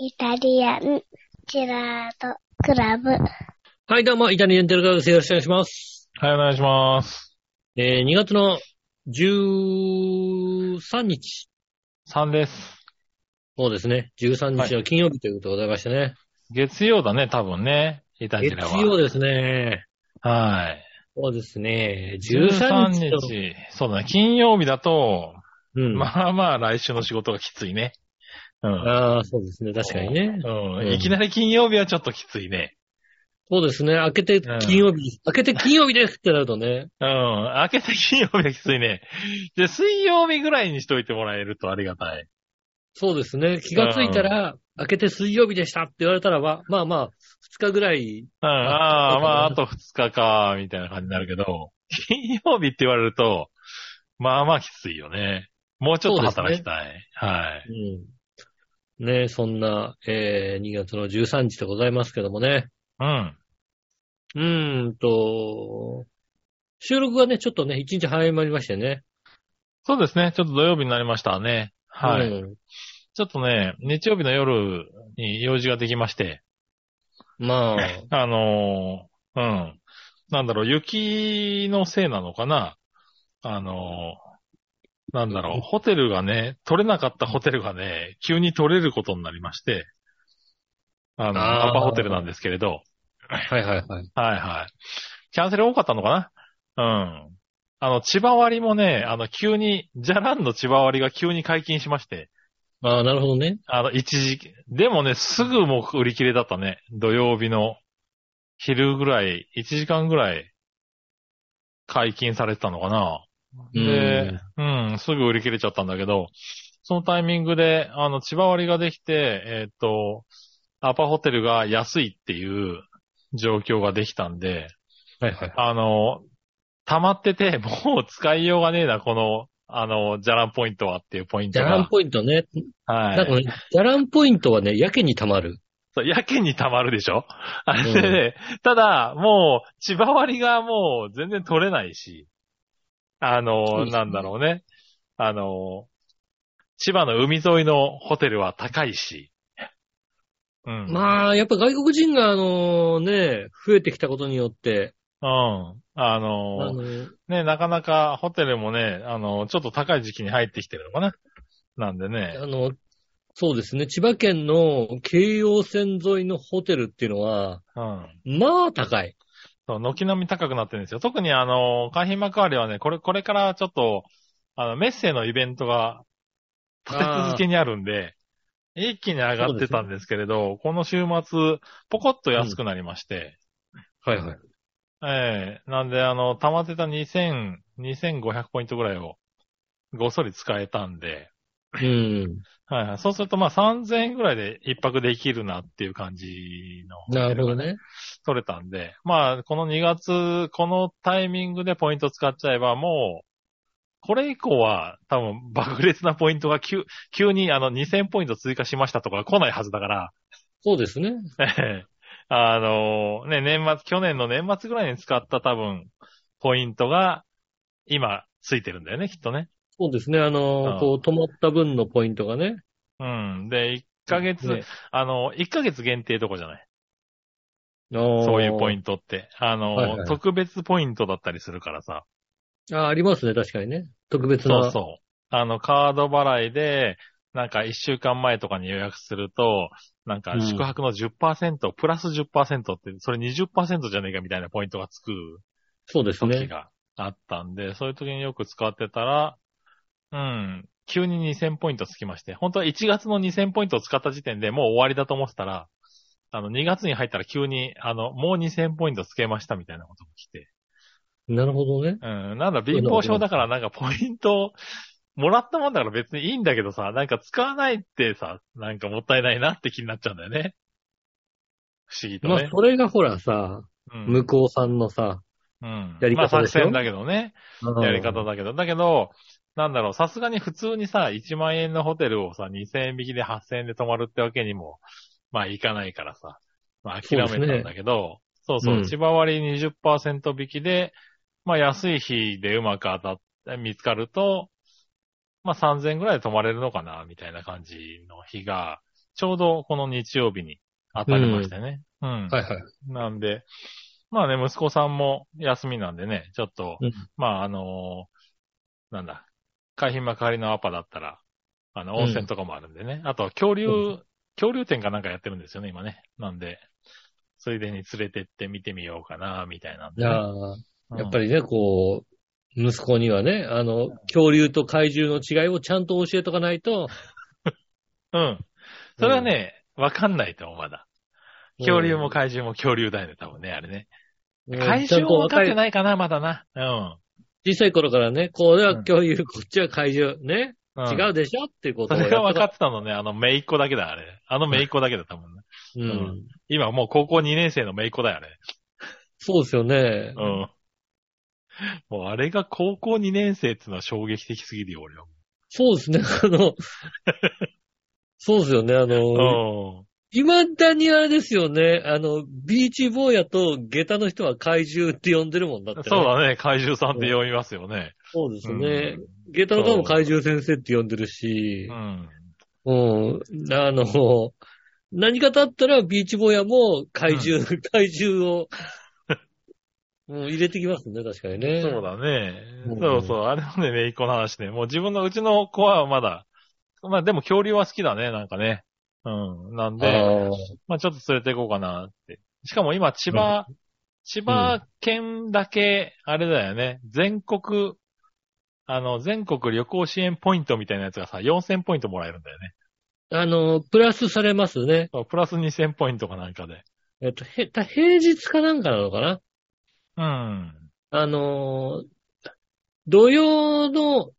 イタリアンジェラートクラブ。はい、どうも、イタリアンテルカーです。よろしくお願いします。はい、お願いします。えー、2月の13日。 3です。そうですね。13日は金曜日ということでございましてね。月曜だね、多分ね。イタジ月ラは。曜ですね。はい。そうですね。 13 13日日と。そうだね。金曜日だと、うん。まあまあ来週の仕事がきついね。うん。ああ、そうですね。確かにね。う。うんんいきなり金曜日はちょっときついね。そうですね。明けて金曜日、明けて金曜日ですってなるとね。うん。明けて金曜日はきついね。で、水曜日ぐらいにしといてもらえるとありがたい。そうですね。気がついたら、明けて水曜日でしたって言われたらば、まあまあ、2日ぐらい、うん。ああ、まああと2日か、みたいな感じになるけど、金曜日って言われると、まあまあきついよね。もうちょっと働きたい。はい。うん。ねそんな、えー、2月の13日でございますけどもね。うん。うーんと、収録がね、ちょっとね、一日早まりましてね。そうですね。ちょっと土曜日になりましたね。はい。うんちょっとね、日曜日の夜に用事ができまして、まあ、あのーうん。なんだろう、雪のせいなのかなあのーなんだろう、ホテルがね、取れなかったホテルがね、急に取れることになりまして、あの、あーアパホテルなんですけれど、はいはいはい。はいはい。キャンセル多かったのかなうん。あの、千葉割もね、あの、急に、ジャランの千葉割が急に解禁しまして、ああ、なるほどね。あの、一時期。でもね、すぐもう売り切れだったね。土曜日の昼ぐらい、1時間ぐらい解禁されてたのかな。で、うん、すぐ売り切れちゃったんだけど、そのタイミングで、あの、千葉割ができて、えーっと、アパホテルが安いっていう状況ができたんで、はいはい。あの、溜まって て、もう使いようがねえな、この、あの、ジャランポイントはっていうポインじトゃが。らんポイントね。はい。なんかね、じゃらんポイントはね、やけに溜まる。そう、やけに溜まるでしょあれでね、ただ、もう、千葉割がもう全然取れないし、あそうの、ですねなんだろうね。あの、千葉の海沿いのホテルは高いし。うん。まあ、やっぱ外国人が、あのね、増えてきたことによって、うん。ああの、のね、なかなかホテルもね、あの、ちょっと高い時期に入ってきてるのかな。なんでね。あの、そうですね、千葉県の京葉線沿いのホテルっていうのは、うん。まあ高い。そう、軒並み高くなってるんですよ。特にあの、海浜幕張はね、これ、これからちょっと、あの、メッセのイベントが、立て続けにあるんで、一気に上がってたんですけれど、この週末、ポコッと安くなりまして、はいはい。ええなんであの、溜まってた2000、2500ポイントぐらいを、ごっそり使えたんで、うん。はいはい。そうするとまあ3000円ぐらいで一泊できるなっていう感じの。なるほど。ね。取れたんで、まあ、この2月、このタイミングでポイント使っちゃえば、もう、これ以降は、多分、爆裂なポイントが急、急にあの、2000ポイント追加しましたとか来ないはずだから、 そうですね。ええあのね、年末、去年の年末ぐらいに使った多分、ポイントが、今、ついてるんだよね、きっとね。そうですね。あの、うんこう、止まった分のポイントがね。うん。で、1ヶ月、あの、1ヶ月限定とかじゃない。そそういうポインントって。あの、はいはい特別ポイントだったりするからさ。ト。あ、ありますね。確かにね。特別そな。うそう。あの、カード払いで、なんか一週間前とかに予約すると、なんかうん宿泊の10%、プラス10%って、それ20%じゃねえかみたいなポイントがつくそうです時ね。があったんで、そういう時によく使ってたら、うん、急に2000ポイントつきまして、本当は1月の2000ポイントを使った時点でもう終わりだと思ってたら、あの、2月に入ったら急に、あの、もう2000ポイントつけましたみたいなことも来て、なるほどね。うん、なんだ、貧乏症だからなんかポイント、もらったもんだから別にいいんだけどさ、なんか使わないってさ、なんかもったいないなって気になっちゃうんだよね。不思議とまあね、。それがほらさ、うん向こうさんのさ、うん。やり方まあ作でしょ戦だけどね。やり方だけど。だけど、なんだろう、さすがに普通にさ、1万円のホテルをさ、2000円引きで8000円で泊まるってわけにも、まあいかないからさ、まあ諦めたんだけど、そうそううん千葉割20%引きで、まあ安い日でうまく当たって、見つかると、まあ3000円ぐらいで泊まれるのかな、みたいな感じの日が、ちょうどこの日曜日に当たりましたね。うん。はいはい。なんで、まあね、息子さんも休みなんでね、ちょっと、うんまああのーなんだ、海浜幕張のアパだったら、あの、うん温泉とかもあるんでね。あと、恐竜、うん恐竜展かなんかやってるんですよね、今ね。なんで、ついでに連れてって見てみようかな、みたいなんいでね、やーうんやっぱりね、こう、息子にはね、あの、恐竜と怪獣の違いをちゃんと教えとかないと、うん。 それはね、わかんないと思う、まだ。恐竜も怪獣も恐竜だよね、多分ね、あれうんね。怪ちゃん獣とも分かっ若てい、ないかな、まだな。うん小さい頃からね、これはうん恐竜、こっちは怪獣、ね、うん。違うでしょっていうことそをやれっとが分かってたのね、あの、めいっ子だけだ、あれ。あのめいっ子だけだ、多分ね。う。うん今もう高校2年生のめいっ子だよね。そうですよね。うん。もうあれが高校2年生ってのは衝撃的すぎるよ、俺は。そうですね、 あの、そうですよね、あの、未だにあれですよね、あの、ビーチ坊やと下駄の人は怪獣って呼んでるもんだってうね、ん。そうだね、怪獣さんって呼びますよね。そうですね。下駄の方も怪獣先生って呼んでるしう、ん。うん。あの、何かだったらビーチ坊やも怪獣、 怪獣を、もう入れてきますね、確かにね。そうだねう。んそうそう。あれもね、めいっ子の話ね。もう自分の、うちの子はまだ、まあでも恐竜は好きだね、なんかね。うん。なんで、あーまあちょっと連れて行こうかなって。しかも今、千葉、千葉県だけ、あれだよね。全国、あの、全国旅行支援ポイントみたいなやつがさ、4000ポイントもらえるんだよね。あの、プラスされますね。そうプラス2000ポイントかなんかで。えっと、へた平日かなんかなのかなうん。あのー土曜の、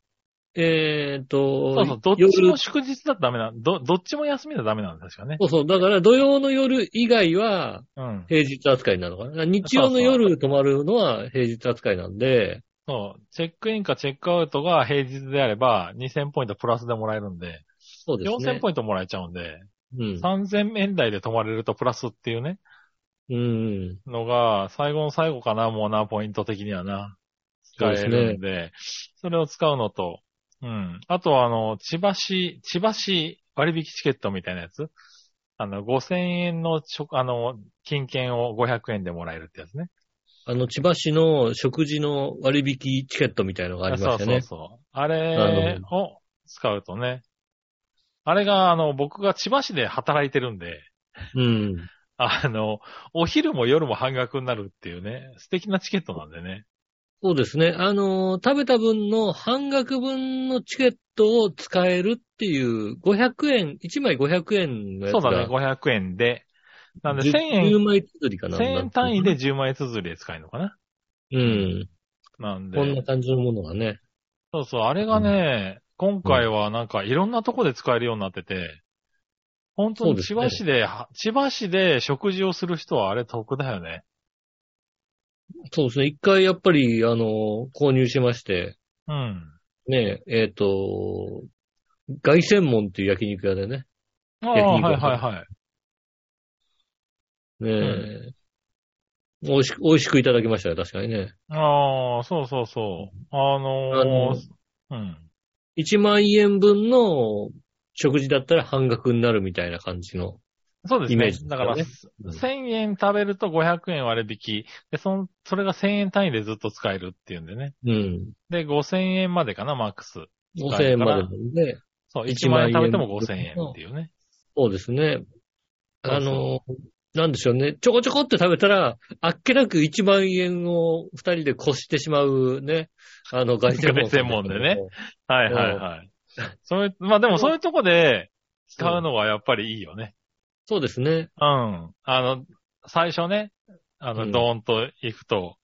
えーっと、そうそう、どっちも夜祝日だとダメな、ど、どっちも休みだとダメなんだ、確かね。そうそう、だから土曜の夜以外はうん。平日扱いになるのかな。日曜の夜泊まるのは平日扱いなんで、そう、チェックインかチェックアウトが平日であれば、2000ポイントプラスでもらえるんで、そうですね。 4000ポイントもらえちゃうんで、うん。 3000円台で泊まれるとプラスっていうね、うん。のが、最後の最後かな、もうな、ポイント的にはな。使えるんで、それを使うのと、うん。あとは、あの、千葉市、千葉市割引チケットみたいなやつあの、5000円のちょ、あの、金券を500円でもらえるってやつね。あの、千葉市の食事の割引チケットみたいのがありましたね。そうそうそう。あれを使うとね。あれが、あの、僕が千葉市で働いてるんで、うん。あの、お昼も夜も半額になるっていうね、素敵なチケットなんでね。そうですね。あのー食べた分の半額分のチケットを使えるっていう、500円、1枚500円のやつそが。うだね、500円で。なんで、 10 1000円、 10枚つづりかな。 1000円単位で10枚綴りで使えるのかなうん。なんこんなで、感じのものがね。そうそう、あれがね、今回はなんかいろんなとこで使えるようになってて、本当に千葉市で、は千葉市で食事をする人はあれ得だよね。そうですね。一回やっぱり、あのー購入しまして、うん。ね、えっ、と、外専門っていう焼肉屋でね。あ焼あ、肉は屋いはいはい。ね、う美味しく、美味しくいただきましたよ、確かにね。ああ、そうそうそう。ああのーのうん。 1万円分の食事だったら半額になるみたいな感じの。そうですイメーね。ジだから、ねうん1000円食べると500円割引。で、その、それが1000円単位でずっと使えるっていうんでね。うん。で、5000円までかな、マックス。 5000円までなんで、そう、1 1万万円円食べても5000円っていうね。そうですね。そうそうあの、なんでしょうね。ちょこちょこって食べたら、あっけなく1万円を2人で越してしまうね。あの、外専門。外専門でね。はいはいはい。そういう、まあでうもんそういうとこで使うのはやっぱりいいよね。そうですね。うん。あの、最初ね、あうの、んドーンと行くと、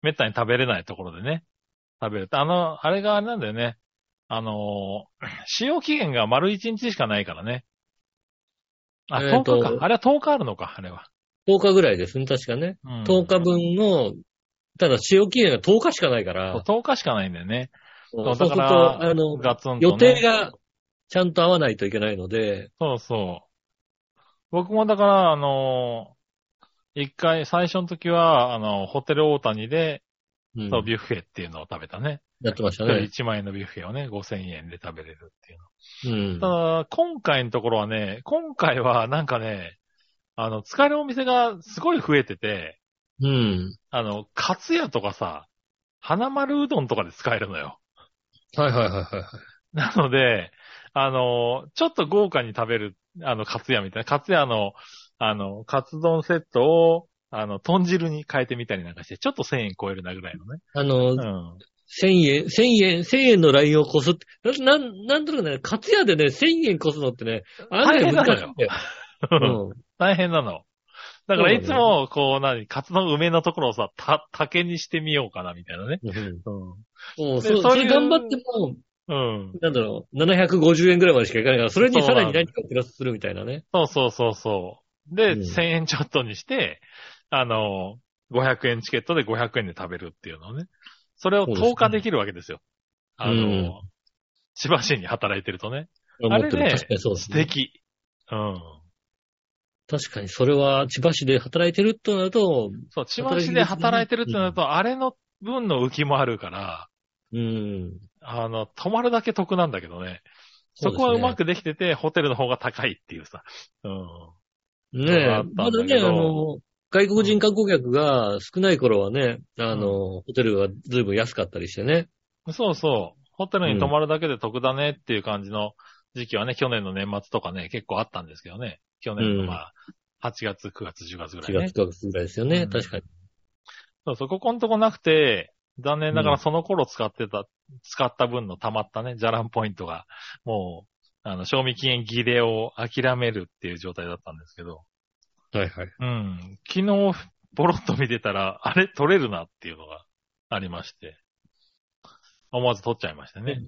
めったに食べれないところでね、食べるとあの、あれがあれなんだよね。あのー、使用期限が丸1日しかないからね。あ、えーと10日か。あれは10日あるのか、あれは。 10日ぐらいですね、確かね。うん10日分の、ただ使用期限が10日しかないから、そう10日しかないんだよね。そうそうそうだすかるら、と、あの、ガツンと、ね。予定がちゃんと合わないといけないので、そうそう。僕もだから、あのー一回、最初の時は、あの、ホテル大谷で、うんそう、ビュッフェっていうのを食べたね。やってました一ね。人1万円のビュッフェをね、5000円で食べれるっていううんの。。ただ、今回のところはね、今回はなんかね、あの、使えるお店がすごい増えてて、うん。あの、カツヤとかさ、花丸うどんとかで使えるのよ。はいはいはいはいはい。 なので、あの、ちょっと豪華に食べる、あの、カツヤみたいな、カツヤの、あの、カツ丼セットを、あの、豚汁に変えてみたりなんかして、ちょっと1000円超えるなぐらいのね。あの、うん。千円、千円、千円のラインを越すって、な、なん、なんとなくね、カツヤでね、千円越すのってね、あれ難しいんだよ。うん。 大変なの。だかそうだらねいつも、こう、何、カツの梅のところをさ、た、竹にしてみようかな、みたいなね。うんうもう、でそそうそいうれ頑張っても、ん。うん。なんだろう、750円ぐらいまでしかいかないから、それにさらに何かをプラスするみたいなね。そうそうそうそう。で、うん1000円ちょっとにして、あの、500円チケットで500円で食べるっていうのをね。それをそうですね投下できるわけですよ。あの、うん千葉市に働いてるとね。思ってるあれね確かにそうです素ね。敵。うん。確かに、それは千葉市で働いてるとなると、そう、千葉市で働いてるってなると、あれの分の浮きもあるから、うん。あの、泊まるだけ得なんだけどね。そこはうまくできてて、ホテルの方が高いっていうさ。うねん。のがあえっ、たまんだだけどね、あの、外国人観光客が少ない頃はね、あの、ホテルが随分安かったりしてね。そうそう。ホテルに泊まるだけで得だねっていう感じの時期はね、去年の年末とかね、結構あったんですけどね。去年のうんまあ、8月、9月、10月ぐら4いね月。9月ぐらいですようね。ん確かに。そうそう、ここのとこなくて、残念ながうらんその頃使ってた、使った分の溜まったね、ジャランポイントが、もう、あの、賞味期限切れを諦めるっていう状態だったんですけど、はいはい。うん。昨日、ボロッと見てたら、あれ取れるなっていうのがありまして、思わず取っちゃいましたね。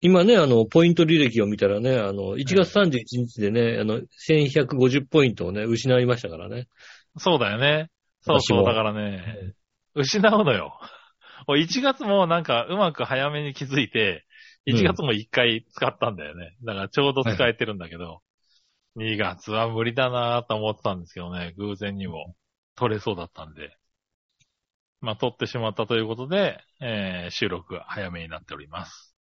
今ね、あの、ポイント履歴を見たらね、あの、1月31日でね、あの、1150ポイントをね、失いましたからね。そうだよね。そう私そう、もだからね、失うのよ。俺1月もなんかうまく早めに気づいて、1月も1回使ったんだよね。だからちょうど使えてるんだけど、2月は無理だなぁと思ってたんですけどね、偶然にも取れそうだったんで。まあ、取ってしまったということで、えー収録が早めになっております。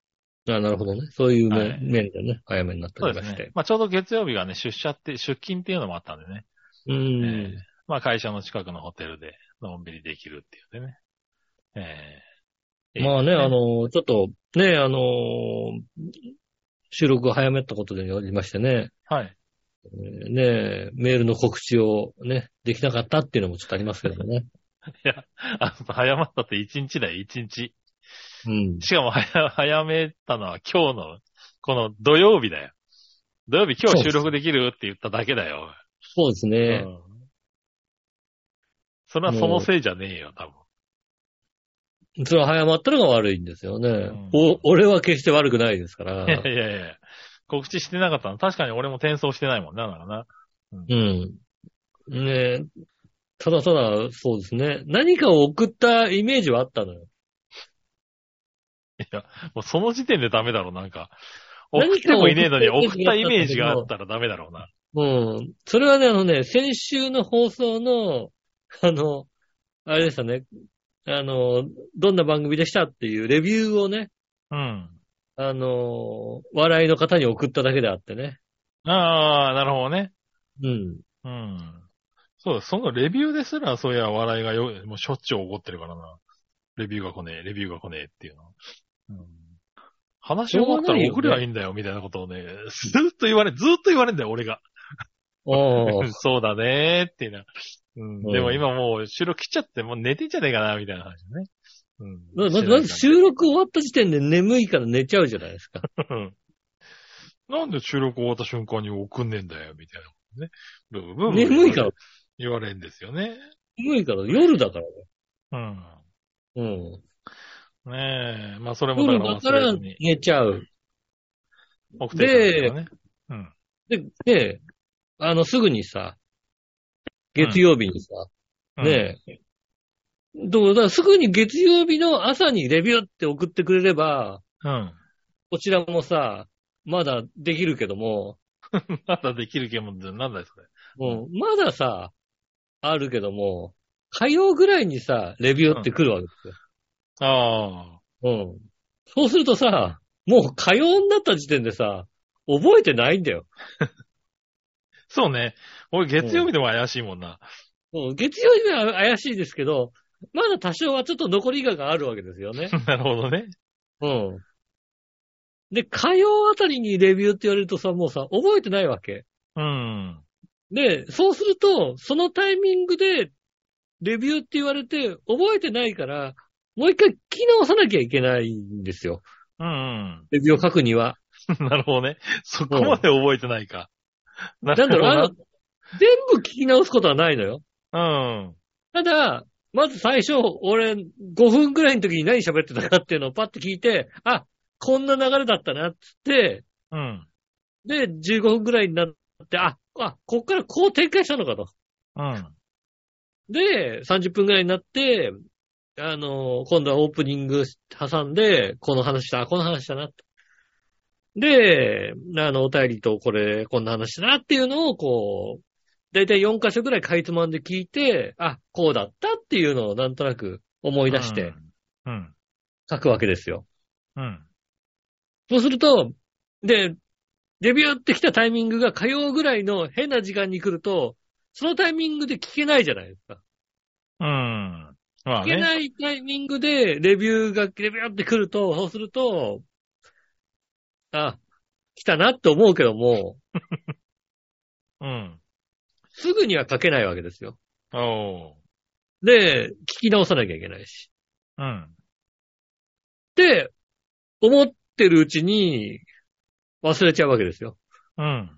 あなるほどね。そういうはい面面でね、早めになってそおうりでますして。ね。まあ、ちょうど月曜日がね、出社って、出勤っていうのもあったんでね。うえーん。まあ会社の近くのホテルでのんびりできるっていうね。えーまあね、あ、いいですの、ちょっと、ね、あの、収録を早めたことによりましてね、はい。えーね、メールの告知をね、できなかったっていうのもちょっとありますけども ね。あの早まったって1日だよ、1日。うん。しかも早、早めたのは今日の、この土曜日だよ。土曜日今そう日で収す録できるって言っただけだよ。そうですうね。ん。それはそのせいじゃねえよ、多分。それは早まったのが悪いんですよね。んお、俺は決して悪くないですから い。やいやいや告知してなかったの。確かに俺も転送してないもんな、だからな。うん。ねただただ、そうですね。何かを送ったイメージはあったのよ。もうその時点でダメだろう、なんか。送っ何てかをもいねえのに、送送っってたイメージがあったらダメだろうな。うん。それはね、あのね、先週の放送の、あの、あれでしたね。あの、どんな番組でしたっていうレビューをね、うん。あの、笑いの方に送っただけであってね。ああ、なるほどね。うん。うん。そうだ、そのレビューですら、そういや、笑いがよ、もうしょっちゅう怒ってるからな。レビューが来ねえ、レビューが来ねえっていうの。うん。話を終わったら送りゃいいんだよ、みたいなことをね、ずーっと言われ、ずーっと言われんだよ、俺が。あ そうだねーっていうな。うん。うんでも今もう収録来ちゃって、もう寝てんじゃねえかな、みたいな話ね。うん。まず、まずして収録終わった時点で眠いから寝ちゃうじゃないですか。ないからうんなんで収録終わった瞬間に送んねえんだよ、みたいなことね。ブーブーブー眠いから、言われんですよね。眠いから、夜だからね。うん。うん。ねえ。まあ、それもだ夜かだから忘れらずに寝ちゃう。送っていただいたからね。で、で、あの、すぐにさ、月曜日にさ、うん。ねえ。どうだ、すぐに月曜日の朝にレビューって送ってくれれば、うん。うん。こちらもさ、まだできるけども、まだできるゲームってなんだよ、それ。うん、まださ、あるけども、火曜ぐらいにさ、レビューって来るわけですよ。ああ。うん。そうするとさ、もう火曜になった時点でさ、覚えてないんだよ。そうね。俺月曜日でも怪しいもんな。 もう月曜日は怪しいですけど、まだ多少はちょっと残りががあるわけですよね。なるほどね。うん。で、火曜あたりにレビューって言われるとさ、もうさ、覚えてないわけ。うん。で、そうすると、そのタイミングで、レビューって言われて、覚えてないから、もう一回聞き直さなきゃいけないんですよ。うん。 レビューを書くには。なるほどね。そこまで覚えてないか。ななんだろう、あの る、全部聞き直すことはないのよ。ほどな。うん。ただ、まず最初、俺、5分くらいの時に何喋ってたかっていうのをパッと聞いて、あ、こんな流れだったな、つって、うん。で、15分くらいになって、あ、あ、こっからこう展開したのかと。うん。で、30分くらいになって、あの、今度はオープニング挟んで、この話した、あこの話したな。で、あの、お便りとこれ、こんな話したなっていうのを、こう、だいたい4箇所くらいかいつまんで聞いて、あ、こうだったっていうのをなんとなく思い出してうん。書くわけですよ。うん。そうすると、で、デビューってきたタイミングが火曜ぐらいの変な時間に来ると、そのタイミングで聞けないじゃないですか。うん。まあいけね。ないタイミングでレビューがレビューってくると、そうすると、あ、来たなって思うけども、うん。すぐには書けないわけですよ。おう。で、聞き直さなきゃいけないし。うん。で、思ってるうちに忘れちゃうわけですよ。うん。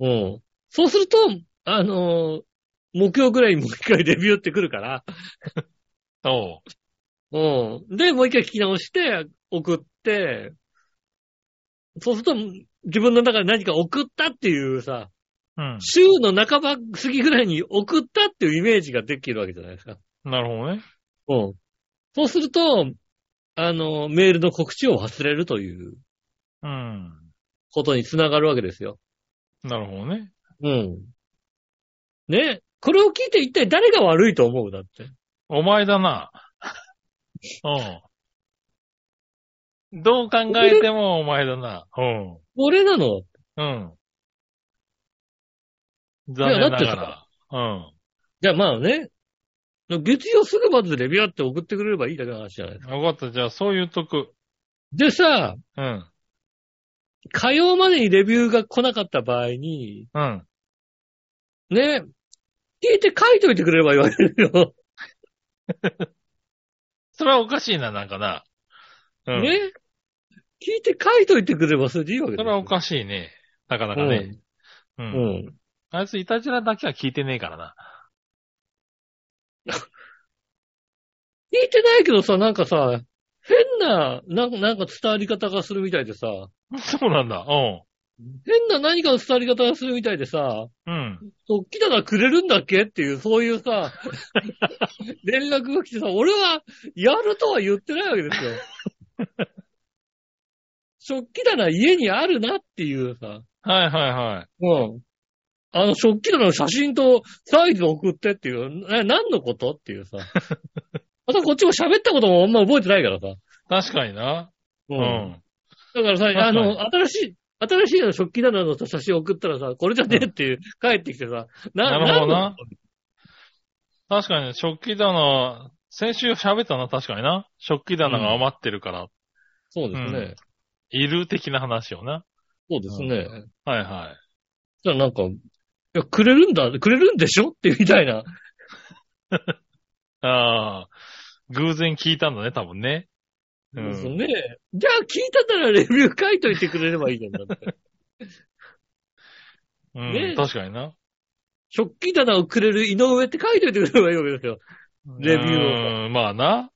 うん。そうすると、あのー木曜ぐらいにもう一回レビューってくるから、おう。うん。で、もう一回聞き直して、送って、そうすると、自分の中で何か送ったっていうさ、うん。週の半ば過ぎぐらいに送ったっていうイメージができるわけじゃないですか。なるほどね。うん。そうすると、あの、メールの告知を忘れるといううん。ことにつながるわけですよ。なるほどね。うん。ね。これを聞いて一体誰が悪いと思うだって。お前だな。 うん。どう考えてもお前だな。うん。俺なの。うん。残い念ながやだってら。うん。じゃあまあね。月曜すぐまずレビューって送ってくれればいいだけの話じゃないですか。よかった。じゃあ、そういうとく。でさ、うん。火曜までにレビューが来なかった場合に、うん。ね、聞いて書いといてくれれば言われるよ。それはおかしいな、なんかな。うん。ね聞いて書いといてくれればそれでいいわけそだれよはおかしいね。なかなかね。うう。んん。うん。あいつ、イタジラだけは聞いてねえからな。 聞いてないけどさ、なんかさ、変な、なんかなんか伝わり方がするみたいでさ、そうなんだ。うん。変な何かの伝わり方がするみたいでさ、うん。そう、来たらくれるんだっけっていう、そういう さ、連絡が来てさ、俺はやるとは言ってないわけですよ。食器棚家にあるなっていうさ、はいはいはい。うん。あの食器棚の写真とサイズ送ってっていう、え、何のことって いうさ。あとこっちも喋ったこともあんま覚えてないからさ。確かにな。ううん。だからさ、いあの、新しい、新しいの食器棚の写真送ったらさ、これじゃねえっていう、帰ってきてさ、なるなほどんな。確かに、食器棚、先週喋ったな、確かにな。食器棚が余ってるから、そうですね。いる的な話をな。そうですね。そしはいはたらなんか、いや、くれるんだ、くれるんでしょってみたいな。い。ああ、偶然聞いたんだね、多分ね。うですん。ね。じゃあ聞いたならレビュー書いといてくれればいいじゃん。だ ってうんね確かにな。食器棚をくれる井上って書いといてくれればいいわけですよ。レビューを。まあな。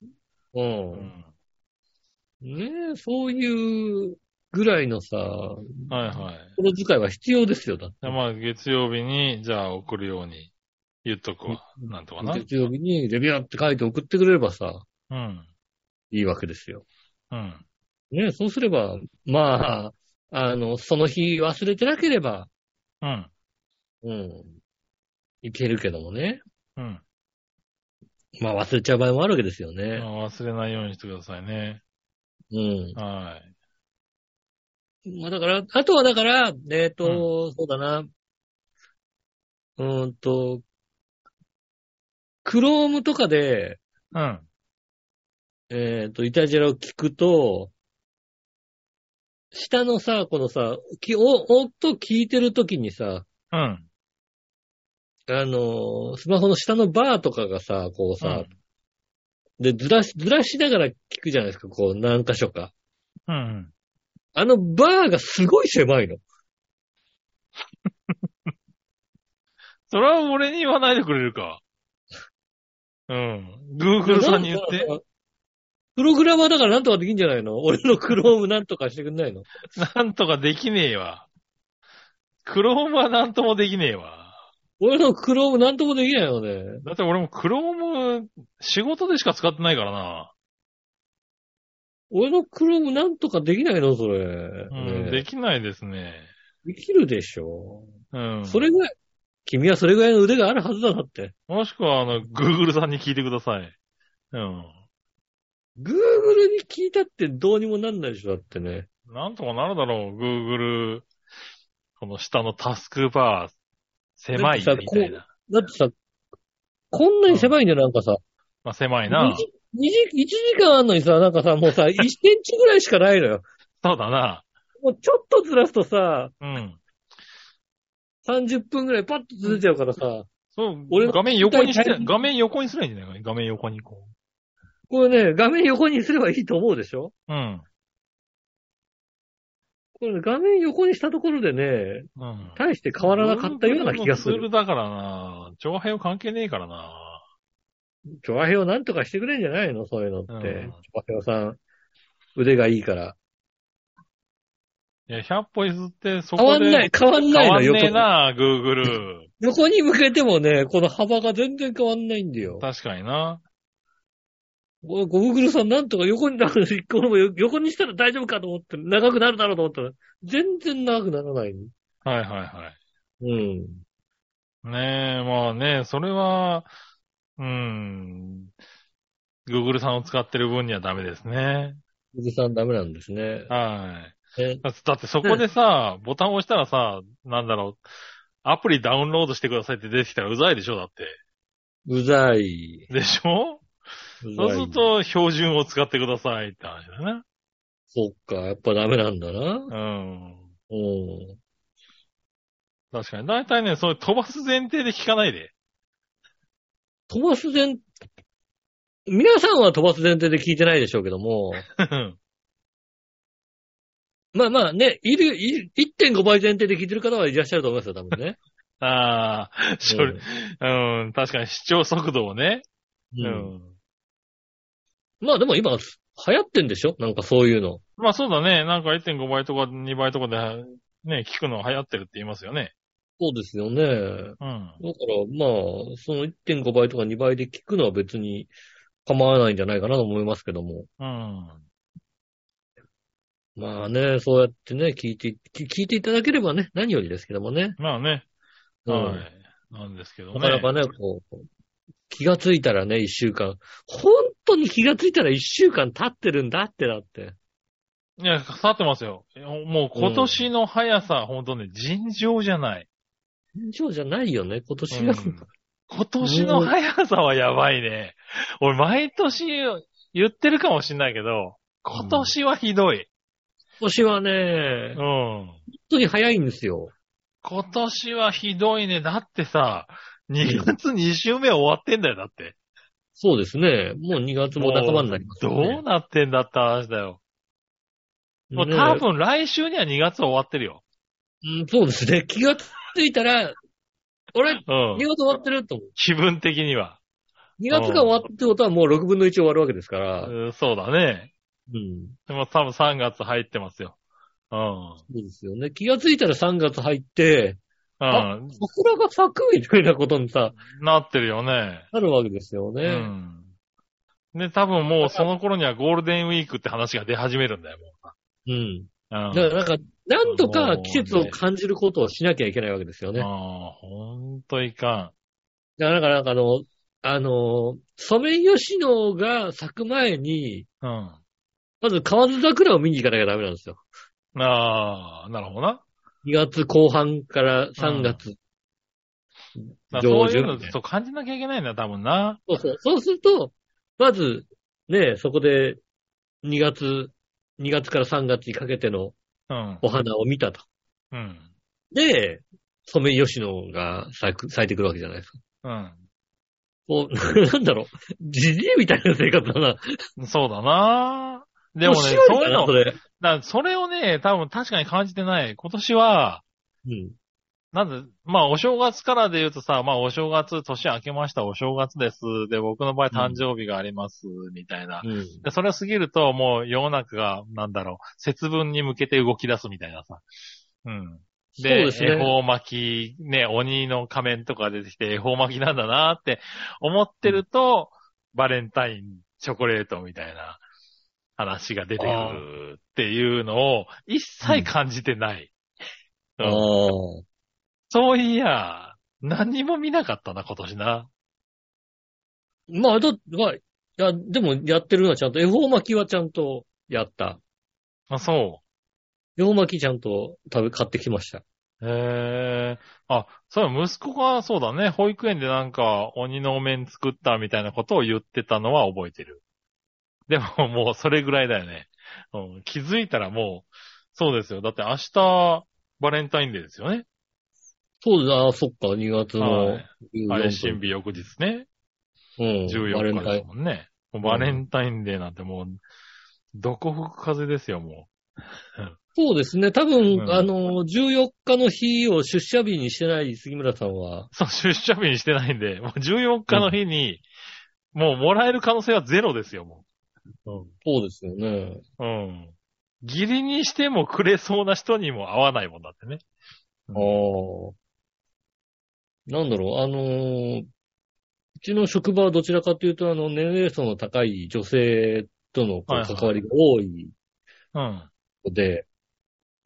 う。うんん。ねえ、そういうぐらいのさ、はいはい。心遣いは必要ですよ、だっじゃあまあ、月曜日に、じゃあ送るように言っとくわ。なんとかな。て。月曜日にレビューって書いて送ってくれればさ、うん。いいわけですよ。うん。ね、そうすれば、まあ、あの、その日忘れてなければ、うん。うん、いけるけどもね。うん。まあ忘れちゃう場合もあるわけですよまね。あ忘れないようにしてくださいね。うん。はまあだから、あとはだから、えっ、と、そうだな。うーんと、クロームとかで、い。うん。えっ、と、イタジェラを聞くと、下のさ、このさ、きお音聞いてるときにさ、うん。あのースマホの下のバーとかがさ、こうさ、で、ずらし、ずらしながら聞くじゃないですか、こう、何箇所か。うん。うん。あのバーがすごい狭いの。それは俺に言わないでくれるか。うん。Google さんに言って。。プログラマーだからなんとかできんじゃないの俺のクロームなんとかしてくんないのなんとかできねえわ。クロームはなんともできねえわ。俺のクロームなんともできないのね。だって俺もクローム、仕事でしか使ってないからな。俺のクロームなんとかできないのそれ。うん、ねできないですね。できるでしょ、うん。それぐらい、君はそれぐらいの腕があるはずだなって。もしくは、あの、Google さんに聞いてください。うん。 Google に聞いたってどうにもなんないでしょだってね。なんとかなるだろう、Google。この下のタスクバー、狭いだってさみたいな。だってさ、こんなに狭いんだよ、なんかさ。まあ、狭い2な。時、二時1時間あんのにさ、なんかさ、もうさ、1センチぐらいしかないのよ。そうだな。もうちょっとずらすとさ、うん。 30分ぐらいパッとずれちゃうからさ、そう、俺の画面横にし見てたい、画面横にすればいいんじゃないか画面横にここれね、画面横にすればいいと思うでしょう。うん。これね、画面横にしたところでね、うん。大して変わらなかったような気がす Google る。のツールだからな。長編関係ねえからな。ちょ、和平をなんとかしてくれんじゃないのそういうのって。うん和平さん、腕がいいから。いや、100歩譲って、そ変わこんないで。、変わんない変の、わん横ねえに。な、Google。横に向けてもね、この幅が全然変わんないんだよ。確かにな。ゴーグルさんなんとか横に、これも横にしたら大丈夫かと思って、長くなるだろうと思ったら、全然長くならない。はいはいはい。うん。ねえ、まあね、それは、うん、Google さんを使ってる分にはダメですね。ゴーグルさんダメなんですね。はえい。だってだってそこでさ、ボタンを押したらさ、なんだろう、アプリダウンロードしてくださいって出てきたらうざいでしょ、だって。うざい。でしょうざそういする、と、標準を使ってくださいって話だね。そっか、やっぱダメなんだな。うん。うん。確かに。だいたいね、それ飛ばす前提で聞かないで。 飛ばす前、皆さんは飛ばす前提で聞いてないでしょうけども、 まあまあね、いる、いる、1.5倍前提で聞いてる方はいらっしゃると思いますよ、多分ね。ああ、 それ、うん、確かに視聴速度をね。うんううんんまあでも今、流行ってんでしょなんかそういうの。まあそうだね。なんか1.5倍とか2倍とかで、ね、聞くの流行ってるって言いますよね。そうですよね。うん。だから、まあ、その1.5倍とか2倍で聞くのは別に構わないんじゃないかなと思いますけども。うん。まあね、そうやってね、聞いて、き聞いていただければね、何よりですけどもね。まあね。うんはい。なんですけどね。なかなかね、こう、気がついたらね、一週間。本当に気がついたら一週間経ってるんだってだって。いや、刺さってますよ。もう今年の速さ、ほんとね、尋常じゃない。そうじゃないよね、今年うが。ん今年の速さはやばいね。俺、毎年言ってるかもしんないけど、今年はひどい。今年はね、う本ん。当に早いんですよ。今年はひどいね。だってさ、2月2週目終わってんだよ、だって。そうですね。もう2月も半ばになりますよどうね。なってんだって話だよ。もうね多分来週には2月終わってるよ。うんそうですね。気がついたら、俺、う2ん。月終わってると思う。気分的には。 2月が終わったってことはもう6分の1終わるわけですから。うんそうだね。うん。でも多分3月入ってますよ。うん。そうですよね。気がついたら3月入って、うん。桜が咲くみたいなことにさ、なってるよね。なるわけですよね。うん。で、多分もうその頃にはゴールデンウィークって話が出始めるんだよ、もうん。う。うん。だからなんか、なんとか季節を感じることをしなきゃいけないわけですよね。ああ、ほんといかだからなんか、なんかあの、あの、ソメイヨシノが咲く前に、ん。うん。まず河津桜を見に行かなきゃダメなんですよ。ああ、なるほどな。 2月後半から3月。だから上そう旬いうの、そう感じなきゃいけないんだ、多分な。そうそう。そうすると、まず、ね、そこで2月、2月から3月にかけてのうん。お花を見たと。うん。で、ソメイヨシノが咲く咲いてくるわけじゃないですか。うもう、 なんだろう。じじいみたいな生活だな。ん。そうだな。でもね、面そう白かいうなの、そだかれ。らそれをね、多分確かに感じてない。今年は、うん。なんで、まあ、お正月からで言うとさ、まあ、お正月、年明けました、お正月です。で、僕の場合、誕生日があります、みたいな。うん。で、それを過ぎると、もう世の中が、なんだろう、節分に向けて動き出すみたいなさ。うん。そうで、ですね恵方巻き、ね、鬼の仮面とか出てきて、恵方巻きなんだなって思ってると、バレンタイン、チョコレートみたいな話が出てくるっていうのを、一切感じてない。あうあんそういや、何も見なかったな、今年な。ー。まあ、だ、まあ、いや、でもやってるのはちゃんと、恵方巻きはちゃんとやった。あ、そう。恵方巻きちゃんと食べ、買ってきました。へえ。あ、そういえば息子がそうだね、保育園でなんか鬼のお面作ったみたいなことを言ってたのは覚えてる。でももうそれぐらいだよね。うん、気づいたらもう、そうですよ。だって明日、バレンタインデーですよね。そうだ、あーそっか、2月はの14い。配信日。日翌日ね。うん。バレ14ン日タイでンす。もんね。もうバレンタインデーなんてもう、どこ吹く風ですよ、もそうですね。多分、うんあの、14日の日を出社日にしてない杉村さんは、う。そう、出社日にしてないんで、もう14日の日に、もうもらえる可能性はゼロですよ、もう。そうですよね。うん。義理にしてもくれそうな人にも合わないもんだってね。うんああ。なんだろう、あのーうちの職場はどちらかというと、あの、年齢層の高い女性とのこうはいはい関わりが多いうん。はいので、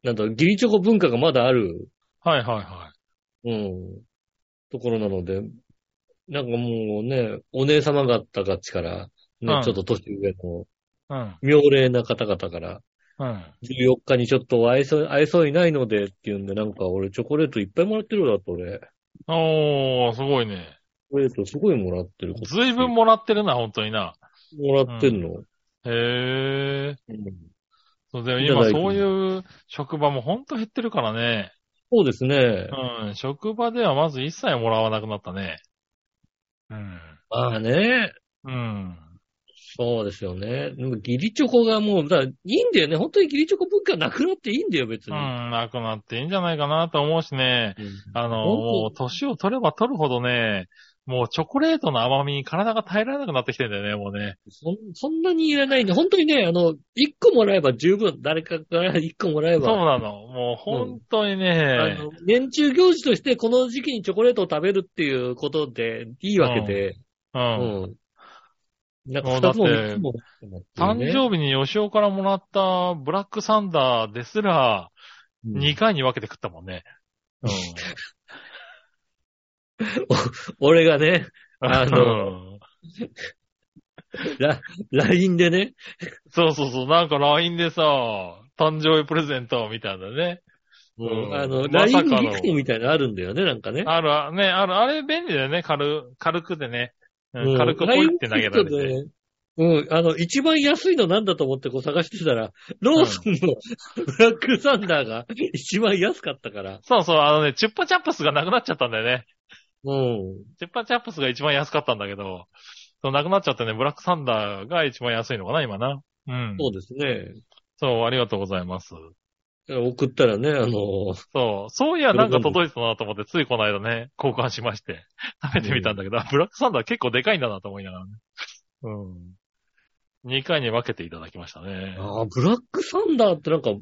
なんだろう、義理チョコ文化がまだある、はいはうん、ところなので、なんかもうね、お姉様方たちから、ね、うんちょっと年上のい。うん。妙齢な方々から、うん。 14日にちょっと愛想、愛想いないのでっていうんで、なんか俺チョコレートいっぱいもらってるよだって俺。チおー、すごいね。ョコレートすごいもらってる。ずいぶんもらってるな、本当にな。もらってんの。へー。うんそうだよいただ今いてそういう職場も本当減ってるからね。そうですね。うん。職場ではまず一切もらわなくなったね。うん。まあね。うん。そうですよね。でもギリチョコがもう、だからいいんだよね。本当にギリチョコ文化なくなっていいんだよ、別うに。ん。なくなっていいんじゃないかなと思うしね。うんあの、本当もう、年を取れば取るほどね、もうチョコレートの甘みに体が耐えられなくなってきてんだよね、もうね。そんそんなにいらないんで、本当にね、あの、1個もらえば十分。誰かから1個もらえそうば。なの。もう本当にあね、の年中行事としてこの時期にチョコレートを食べるっていうことでいいわけで、うん。うん。なんもかうだ二っつても三つも。誕生日に吉尾からもらったブラックサンダーですら、2に、回に分けて食ったもんね。うん。俺がね、 あの、ラ LINE でね、 そうそうそう、なんか LINE でさ、誕生日プレゼントみたいなね。うんあの、まさ LINE かのギフトみたいなのあるんだよね、なんかね。ある、ね、ある、あれ便利だよね、軽、軽くでね。うんうん軽くポイって投 LINE げられギフて。トでうん、あの、一番安いのなんだと思ってこう探してたら、ローソンのブラックサンダーが一番安かったから。そうそう、あのね、チュッパチャップスがなくなっちゃったんだよね。うん。チュッパチャップスが一番安かったんだけど、そうなくなっちゃってね、ブラックサンダーが一番安いのかな、今な。うん。そうですね。そう、ありがとうございます。送ったらね、あの、そう、そういやなんか届いてたなと思って、ついこの間ね、交換しまして、食べてみたんだけど、ブラックサンダー結構でかいんだなと思いながらね。うん。2回に分けていただきましたね。あーブラックサンダーってなんか、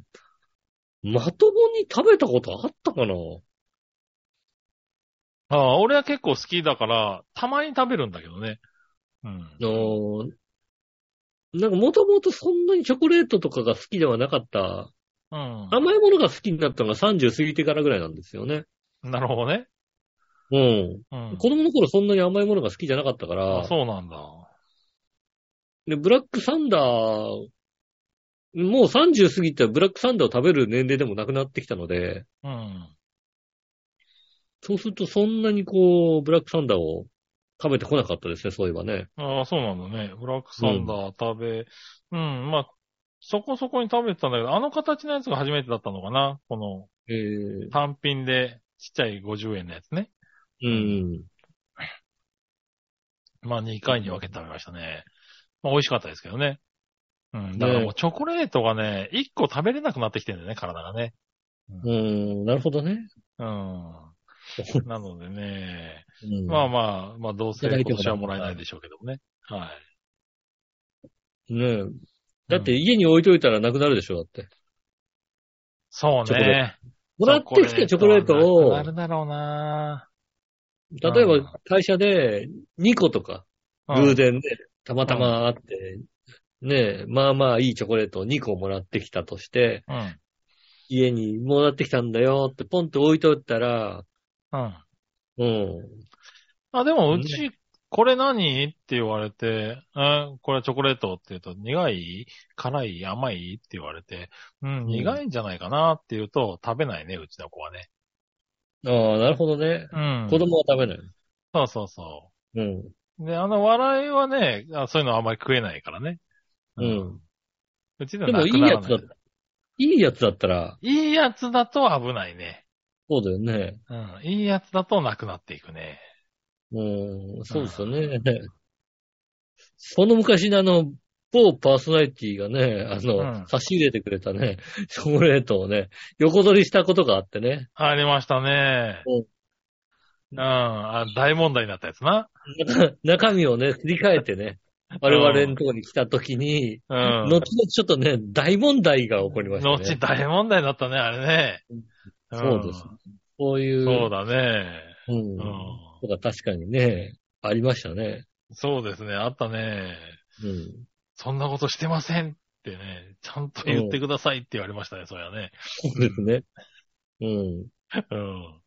まともに食べたことあったかなああ、俺は結構好きだから、たまに食べるんだけどね。うん。のなんかもともとそんなにチョコレートとかが好きではなかった、うん。甘いものが好きになったのが30過ぎてからぐらいなんですよね。なるほどね。うん。うん。子供の頃そんなに甘いものが好きじゃなかったかあら、そうなんだ。で、ブラックサンダーもう30過ぎたブラックサンダーを食べる年齢でもなくなってきたので、うん。そうするとそんなにこう、ブラックサンダーを食べてこなかったですね、そういえばね。ああ、そうなんだね。ブラックサンダー食べ、うん、まあ、そこそこに食べてたんだけど、あの形のやつが初めてだったのかなこのえー、単品でちっちゃい50円のやつね。うん。まあ2回に分けて食べましたね。まあ美味しかったですけどね。うん。だからもうチョコレートがね、1個食べれなくなってきてるんだよね、体がね。うん、なるほどね。うん。なのでね、うんまあまあ、まあどうせ今年はもらえないでしょうけどもね。はい。ねえ。だって家に置いといたらなくなるでしょ、だって。そうチョコレね。もらってきたチョコレートを、なくなるだろうなな例えうんば会社で2個とか、偶然ね、たまたまあって、ねえ、まあまあいいチョコレートを2個もらってきたとして、うん。うん。家にもらってきたんだよってポンって置いといたら、うん。うん。あ、でもうち、これ何って言われて、え、これチョコレートって言うと、苦い辛い甘いって言われて、うん、苦いんじゃないかなって言うと、食べないね、うちの子はね。ああ、なるほどね。うん。子供は食べない。そうそうそうん。う。で、あの笑いはね、あそういうのあんまり食えないからね。うん。うちではでなもいくいなやらつないだ。いいやつだったら、いいやつだと危ないね。そうだよね。うん。いいやつだとなくなっていくね。うん、そうですよね。その昔のあの、某パーソナリティがね、あの、うん差し入れてくれたね、チョコレートをね、横取りしたことがあってね。ありましたね。うんうん。あ、大問題になったやつな。 中身をね、振り返ってね、我々のところに来た時に、うん。後々ちょっとね、大問題が起こりました後ね。大問題だったね、あれね。そうですそういうんう、そうだね。うんうん。とか確かにね、ありましたね。そうですね、あったね。うん。そんなことしてませんってね、ちゃんと言ってくださいって言われましたね、それはね。そうですね。うん。うん。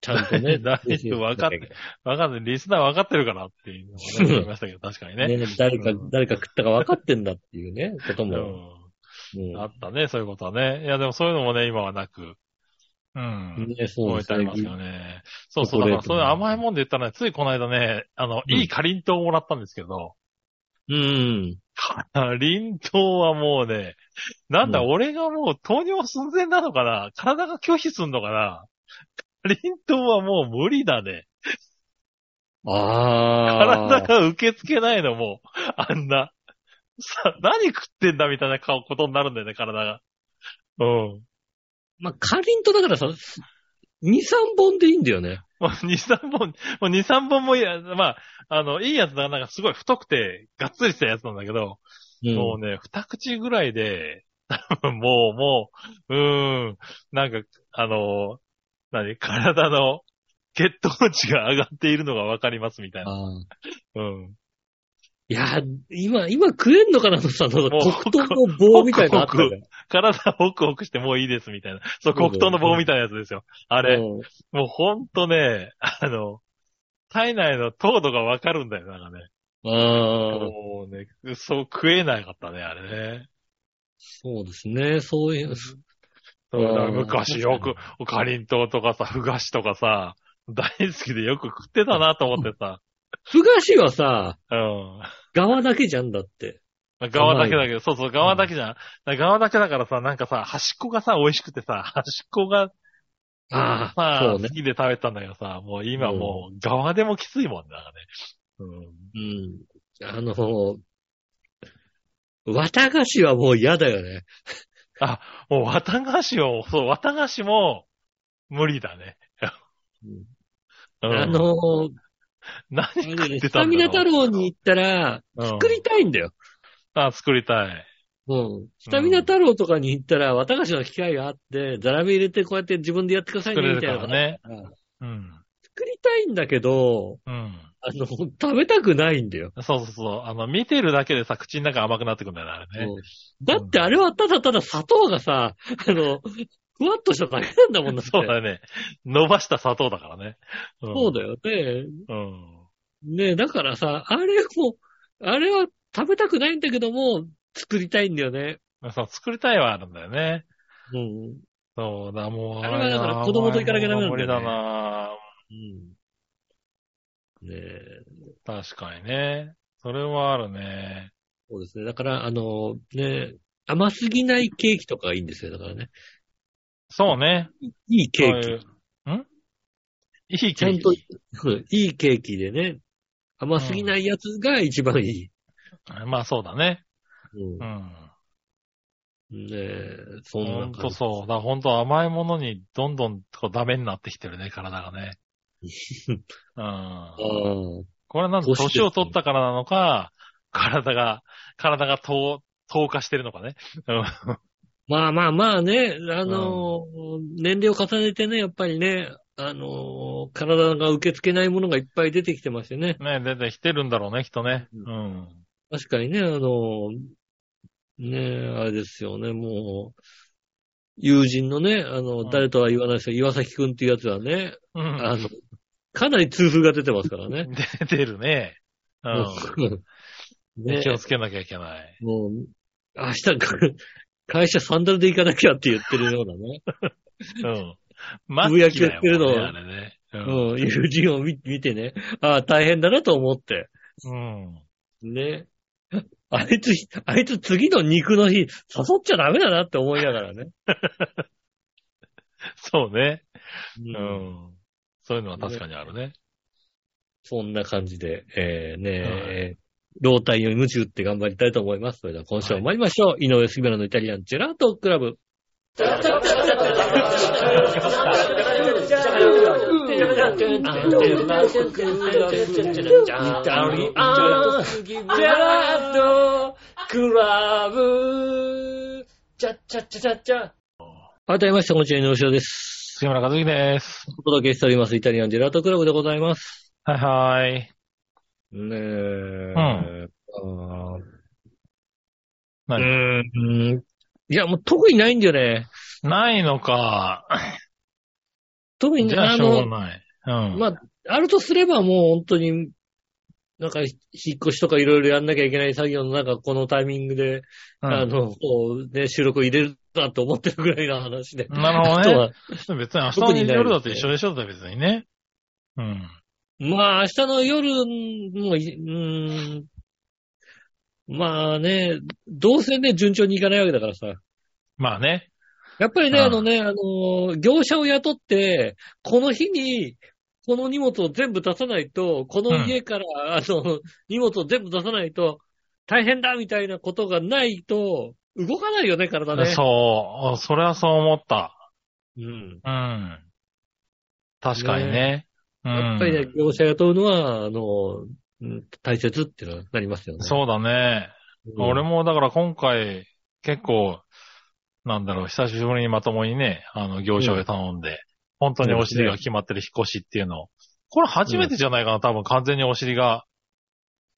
ちゃんと ね。だい ぶ分かってわかんない。リスナー分かってるかなっていうのも ね、言いましたけど、確かにね。ね、誰か、うん誰か食ったか分かってんだっていうね、ことうも。ん。うんあったね、そういうことはね。いや、でもそういうのもね、今はなく。うん。ね、そうで覚えすてあねりま。すよね。そうそう。チョコだかレーら、トそういう甘いもんで言ったらね、ついこの間ね、あの、いいかりんとうをもらったんですけど、うん。あ 林道はもうね、なんだ、うん俺がもう糖尿寸前なのかな体が拒否すんのかな林道はもう無理だね。あ体あ。が受け付けないのもう、あんな。さ、何食ってんだみたいな顔、ことになるんだよね、体が。うん。まあ、かりんとだからさ、2、3本でいいんだよね。もう2、3本、もう2、3本もいいや、まあ、あの、いいやつだ、なんかすごい太くて、がっつりしたやつなんだけど、うん。もうね、二口ぐらいで、 多分もう、もう、うーん、なんか、あの、何、体の血糖値が上がっているのがわかりますみたいな。あーうん。いやー、今、今食えんのかなとさ、黒もう糖の棒みたいなのあったじゃん体ホクホクしてもういいですみたいな。そう、黒糖の棒みたいなやつですよ。あれ、うんもうほんとね、あの、体内の糖度がわかるんだよ、なんかね。ああ。もうね、そう食えなかったね、あれね。そうですね、そういう。 そうだからうん昔よく、かりんとうとかさ、ふがしとかさ、大好きでよく食ってたなと思って さ、ふがしはさ、うん。側だけじゃんだって。側だけだけど、そうそう、側だけじゃん。側だけだからさ、なんかさ、端っこがさ、美味しくてさ、端っこがああ、さ、そう好ね。きで食べたんだけどさ、もう今もう、側でもきついもんだからね。うん。うん。あの、綿菓子はもう嫌だよね。もう、綿菓子を、そう、綿菓子も、無理だね。 うんあ、の、何あれだよね食ってスたタんミだナろ太う郎に行ったら、作うんりたいんだよ。あ、作りたい。うん。スタミナ太郎とかに行ったら、綿菓子の機械があって、ザラメ入れてこうやって自分でやってください作ね、れみるたかいなら。ね。うんうん。作りたいんだけど、うん。あの、食べたくないんだよ。そうそうそう。あの、見てるだけでさ、口の中甘くなってくるんだよね、あれね。だってあれはただただ砂糖がさ、あの、ふわっとしただけなんだもんな。 そうよ。だよね。伸ばした砂糖だからね。うん、そうだよね。うん。ねえ、だからさ、あれも、あれは食べたくないんだけども、作りたいんだよね。そう、作りたいはあるんだよね。うん。そうだ、もう。あれはだから子供と行かなきゃダメなんだよね無理だなうん。ねえ。確かにね。それはあるね。そうですね。だから、あの、ね、甘すぎないケーキとかがいいんですよ。だからね。そうね。いいケーキ。そういう。んいいちケゃーんキ。と、うんいいケーキでね、甘すぎないやつが一番いい。まあそうだね。うんう。ん。ねえ、そんほなん感とじ。そう。だからほんと甘いものにどんどんこうダメになってきてるね、体が ね。うん。あこれはなんか年ですね年を取ったからなのか、体が、体が糖、糖化してるのかね。あまあまあまあね、あのー、年齢を重ねてね、やっぱりね、あのー、体が受け付けないものがいっぱい出てきてましてね。ね、出てきてるんだろうね、きっとね。ううん。確かにね、あのー、ねえ、あれですよね、もう、友人のね、あの、うん誰とは言わないですけど、岩崎くんっていうやつはね、うん。あの、かなり痛風が出てますからね。 出てるね。う うん。 ん。ね気をつけなきゃいけない。もう、明日、会社サンダルで行かなきゃって言ってるようなね。 うん。マぶやッきキやーってるのだよねあれね。うんうん、友人を見見てね、ああ、大変だなと思って。うん。ね。あいつ、あいつ次の肉の日、誘っちゃダメだなって思いながらね。そうね。う。うんん。そういうのは確かにあるね。そんな感じで、えー、ねはいえー、老体に夢中って頑張りたいと思います。それでは今週も参りましょう。井上杉村のイタリアンジェラートクラブ。改めまして、こんにちは、井上翔です。杉村和樹です。お届けしております、イタリアンジェラートクラブでございます。はいはい。ねえ。んあーう何ーん。いや、もう特にないんだよね。ないのか。特に、じゃあ、あしょうの、がない。うん。まあ、あるとすればもう本当に、なんか、ひ引っ越しとかいろいろやんなきゃいけない作業の中、このタイミングで、うんあの、こうね、収録入れるなと思ってるぐらいの話で。なるほあとどね。は、別に明日特にないの夜だって一緒でしょだって別にね。うん。まあ、明日の夜もい、うーん、まあね、どうせね、順調にいかないわけだからさ。まあね。やっぱりね、うんあのね、あのー、業者を雇って、この日に、この荷物を全部出さないと、この家から、あの、荷物を全部出さないと、大変だみたいなことがないと、動かないよね、体ね。そう。それはそう思った。うん。うん。確かにね。うん。やっぱりね、業者雇うのは、あの、うん大切っていうのはなりますよね。そうだね。うん。俺もだから今回、結構、なんだろう、久しぶりにまともにね、あの、業者を頼んで、本当にお尻が決まってる引っ越しっていうのを、これ初めてじゃないかな、多分完全にお尻が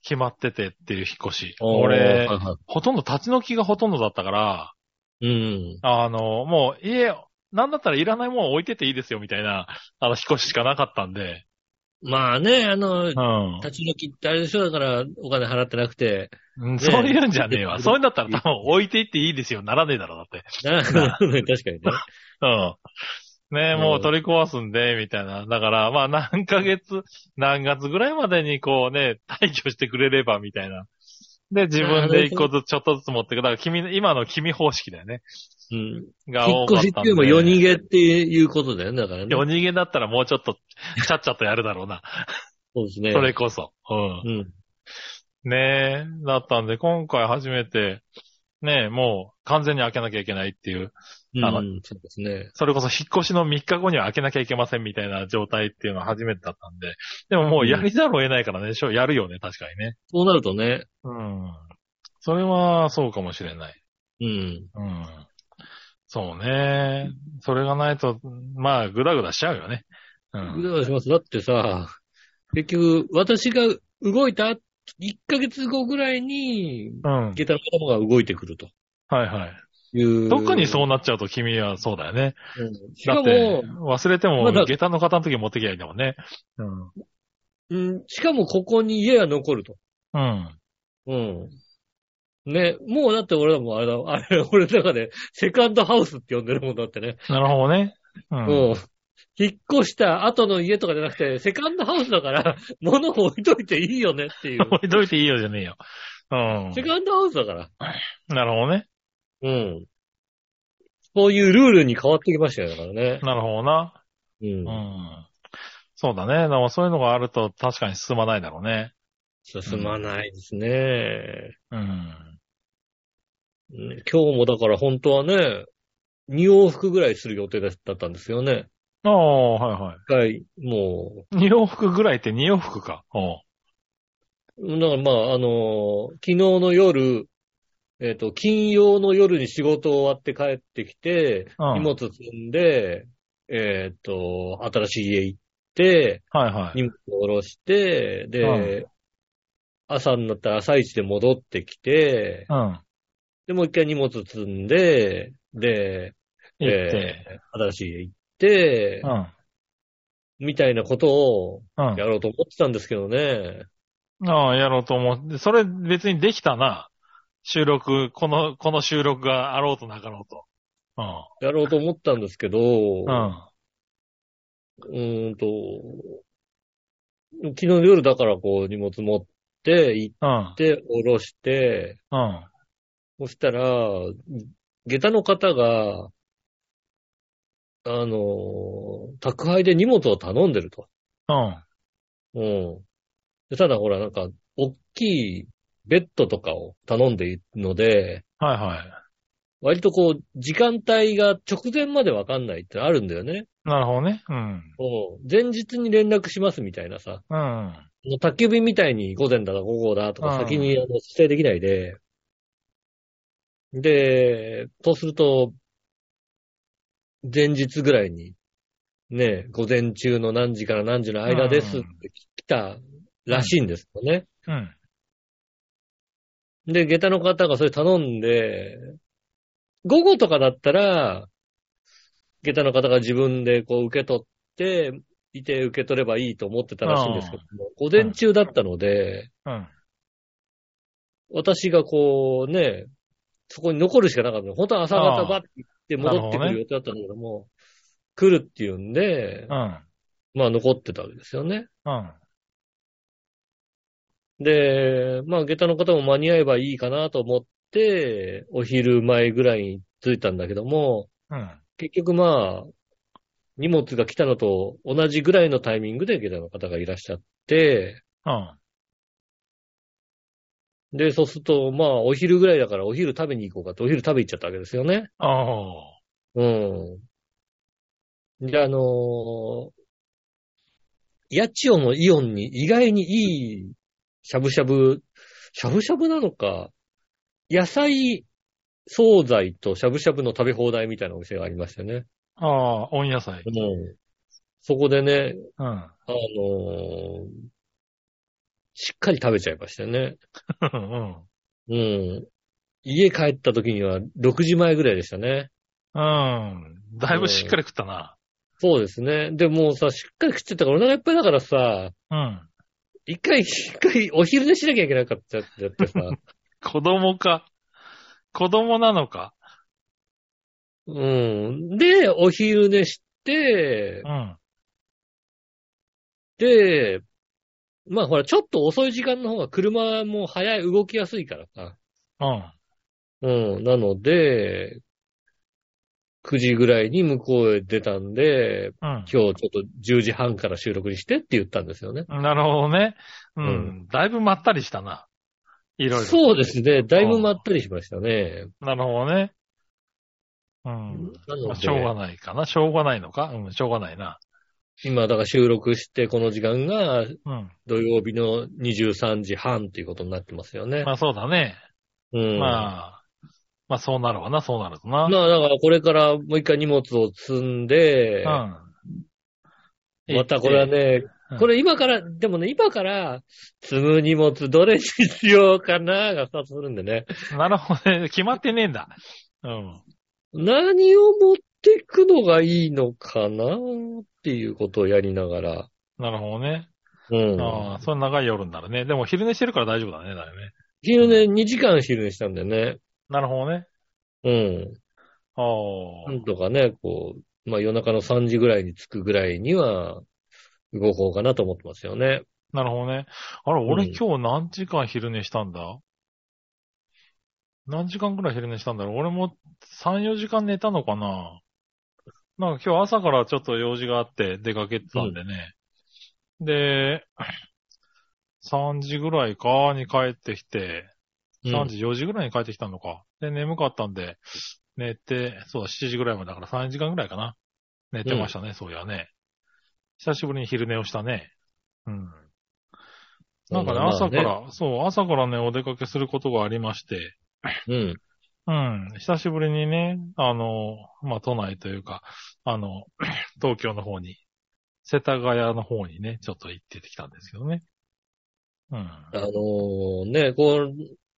決まっててっていう引っ越し。おー俺は、いはほとんど立ち退きがほとんどだったから、いうん。あの、もう家、なんだったらいらないもの置いてていいですよみたいな、あの、引っ越ししかなかったんで、まあね、あのう、ん。立ち退きってあれでしょ、だから、お金払ってなく て。うんそういうんじゃねえわ。そういうんだったら多分置いていっていいですよ、ならねえだろ、だって。な 確かにね。うん。ねえ、うんもう取り壊すんで、みたいな。だから、まあ何ヶ月、何月ぐらいまでにこうね、退去してくれれば、みたいな。で、自分で一個ずつ、ちょっとずつ持ってく。だから君、今の君方式だよね。うん。が引っ多かっ越しったんていで。うのも夜逃げっていうことだよね、だからね。夜逃げだったらもうちょっと、ちゃっちゃっとやるだろ うな。そうですね。それこそ。うんう。ん。ねえ、だったんで、今回初めて、ねえ、もう完全に開けなきゃいけないっていう、うんあのそうですね。それこそ引っ越しの3日後には開けなきゃいけませんみたいな状態っていうのは初めてだったんで、でももうやりざるを得ないからね、しょやるよね、確かにね。そうなるとね、うん。それはそうかもしれない。うん。うん。そうね。それがないと、まあ、ぐだぐだしちゃうよね。うん。ぐらいします。だってさ、結局、私が動いた1ヶ月後ぐらいに、うん。はい下駄の方が動いてくるとはい。いう。特にそうう。なっちゃうと君はそうだよね。ん、しだかっても、、忘れてもま、だ下駄の方の時持ってきゃいいんだもんね。うん。うん、しかもここに家が残ると。うん。うん。ね、もうだって俺らもあれだ、あれ、俺の中でセカンドハウスって呼んでるもんだってね。なるほどね。う。うんん。引っ越した後の家とかじゃなくて、セカンドハウスだから、 物を置いといていいよねっていう。 置いといていいよじゃねえよ。うんセ。カンドハウスだから。なるほどね。うん。そういうルールに変わってきましたよ、だからね。 なるほどな。う。うんん。そうだね。でもそういうのがあると確かに進まないだろうね。進まないですね。うん。ね今日もだから本当はね、2往復ぐらいする予定だったんですよね。ああ、はいはい。一回、も二往復ぐらいって二往復か。おうう、だからまあ、あのー昨日の夜、えっ、と、金曜の夜に仕事終わって帰ってきて、うん荷物積んで、えっ、と、新しい家行って、はいはい。荷物を下ろして、で、朝になったら朝一で戻ってきて、うん。で、もう一回荷物積んで、で、行って。ー新しい家行ってう、ん。みたいなことをうんや。ろうと思ってたんですけどね。ああ、やろうと思って。それ別にできたな。収録、この、この収録があろうとなかろうと。うやろうと思ったんですけど、ん。うん。うーんと、昨日の夜だからこう荷物持って行うんっ。て下ろして、うん。そしたら、下駄の方が、あの、宅配で荷物を頼んでると。うん。うん。でただほらなんか、大きいベッドとかを頼んでいるので、はいはい。割とこう、時間帯が直前までわかんないってあるんだよね。なるほどね。うん。うん前日に連絡しますみたいなさ。うん。もう宅急便みたいに午前だ、午後だとかうん先にあの指定できないで、で、とすると、前日ぐらいに、ね、午前中の何時から何時の間ですっうんて来たらしいんですよね。うん。で、下駄の方がそれ頼んで、午後とかだったら、下駄の方が自分でこう受け取って、いて受け取ればいいと思ってたらしいんですけども、午前中だったので、うん。私がこうね、そこに残るしかなかったの。本当は朝あ方あばって行って戻ってくなるほどるね予定だったんだけども、来るっていうんで、うん。まあ残ってたわけですよね。うん。で、まあ下駄の方も間に合えばいいかなと思って、お昼前ぐらいに着いたんだけども、うん。結局まあ、荷物が来たのと同じぐらいのタイミングで下駄の方がいらっしゃって、うん。で、そうすると、まあ、お昼ぐらいだからお昼食べに行こうかと、お昼食べ行っちゃったわけですよね。おうん。で、あのー、八千代のイオンに意外にいいしゃぶしゃぶ、しゃぶしゃぶなのか、野菜、惣菜としゃぶしゃぶの食べ放題みたいなお店がありましたね。ああ、温野菜。うん。そこでね、うん。あのーしっかり食べちゃいましたね。うん。うん。家帰った時には6時前ぐらいでしたね。うん。だいぶしっかり食ったな。そうですね。でもうさ、しっかり食ってたから、お腹いっぱいだからさ、うん。一回、一回、お昼寝しなきゃいけなかったってやって さ、子供か。子供なのか。うん。で、お昼寝してう、ん。で、まあほら、ちょっと遅い時間の方が車も早い、動きやすいからさ。うん。うん。なので、9時ぐらいに向こうへ出たんで、うん。今日ちょっと10時半から収録にしてって言ったんですよね。なるほどね。う。うんだいぶまったりしたな。いろいろ。そうですね。だいぶまったりしましたね。なるほどね。うん。なのまあでしょうがないかな。しょうがないのか。うん、しょうがないな。今、だから収録して、この時間がうん。土曜日の23時半ということになってますよねま。あそうだね。うん、まあ、まあそうなるわな、そうなるとあな。まあ、だからこれからもう一回荷物を積んで、うん。またこれはねう、んこれ今から、でもね、今から積む荷物どれに必要かながスタートするんでね。なるほどね。 決まってねえんだ。うん。何を持っていくのがいいのかなっていうことをやりながら。なるほどね。うん。ああ、それ長い夜になるね。でも昼寝してるから大丈夫だね、だよね。昼寝、2時間昼寝したんだよね。なるほどね。うん。ああ。なんとかね、こう、まあ夜中の3時ぐらいに着くぐらいには、動こうかなと思ってますよね。なるほどね。あれ、俺うん今日何時間昼寝したんだ何時間くらい昼寝したんだろう俺も3、4時間寝たのかななんか今日朝からちょっと用事があって出かけてたんでね。で、3時ぐらいかに帰ってきて、3時、4時ぐらいに帰ってきたのか。で、眠かったんで、寝て、そうだ、7時ぐらいまでだから3時間ぐらいかな。寝てましたね、そういやね。久しぶりに昼寝をしたね。うん。なんかね、朝か。ら、そう、朝からね、お出かけすることがありまして、うん。うん、久しぶりにね、あの、まあ、都内というか、あの、 東京の方に、世田谷の方にね、ちょっと行ってきたんですけどね。うん。あのーね、こう、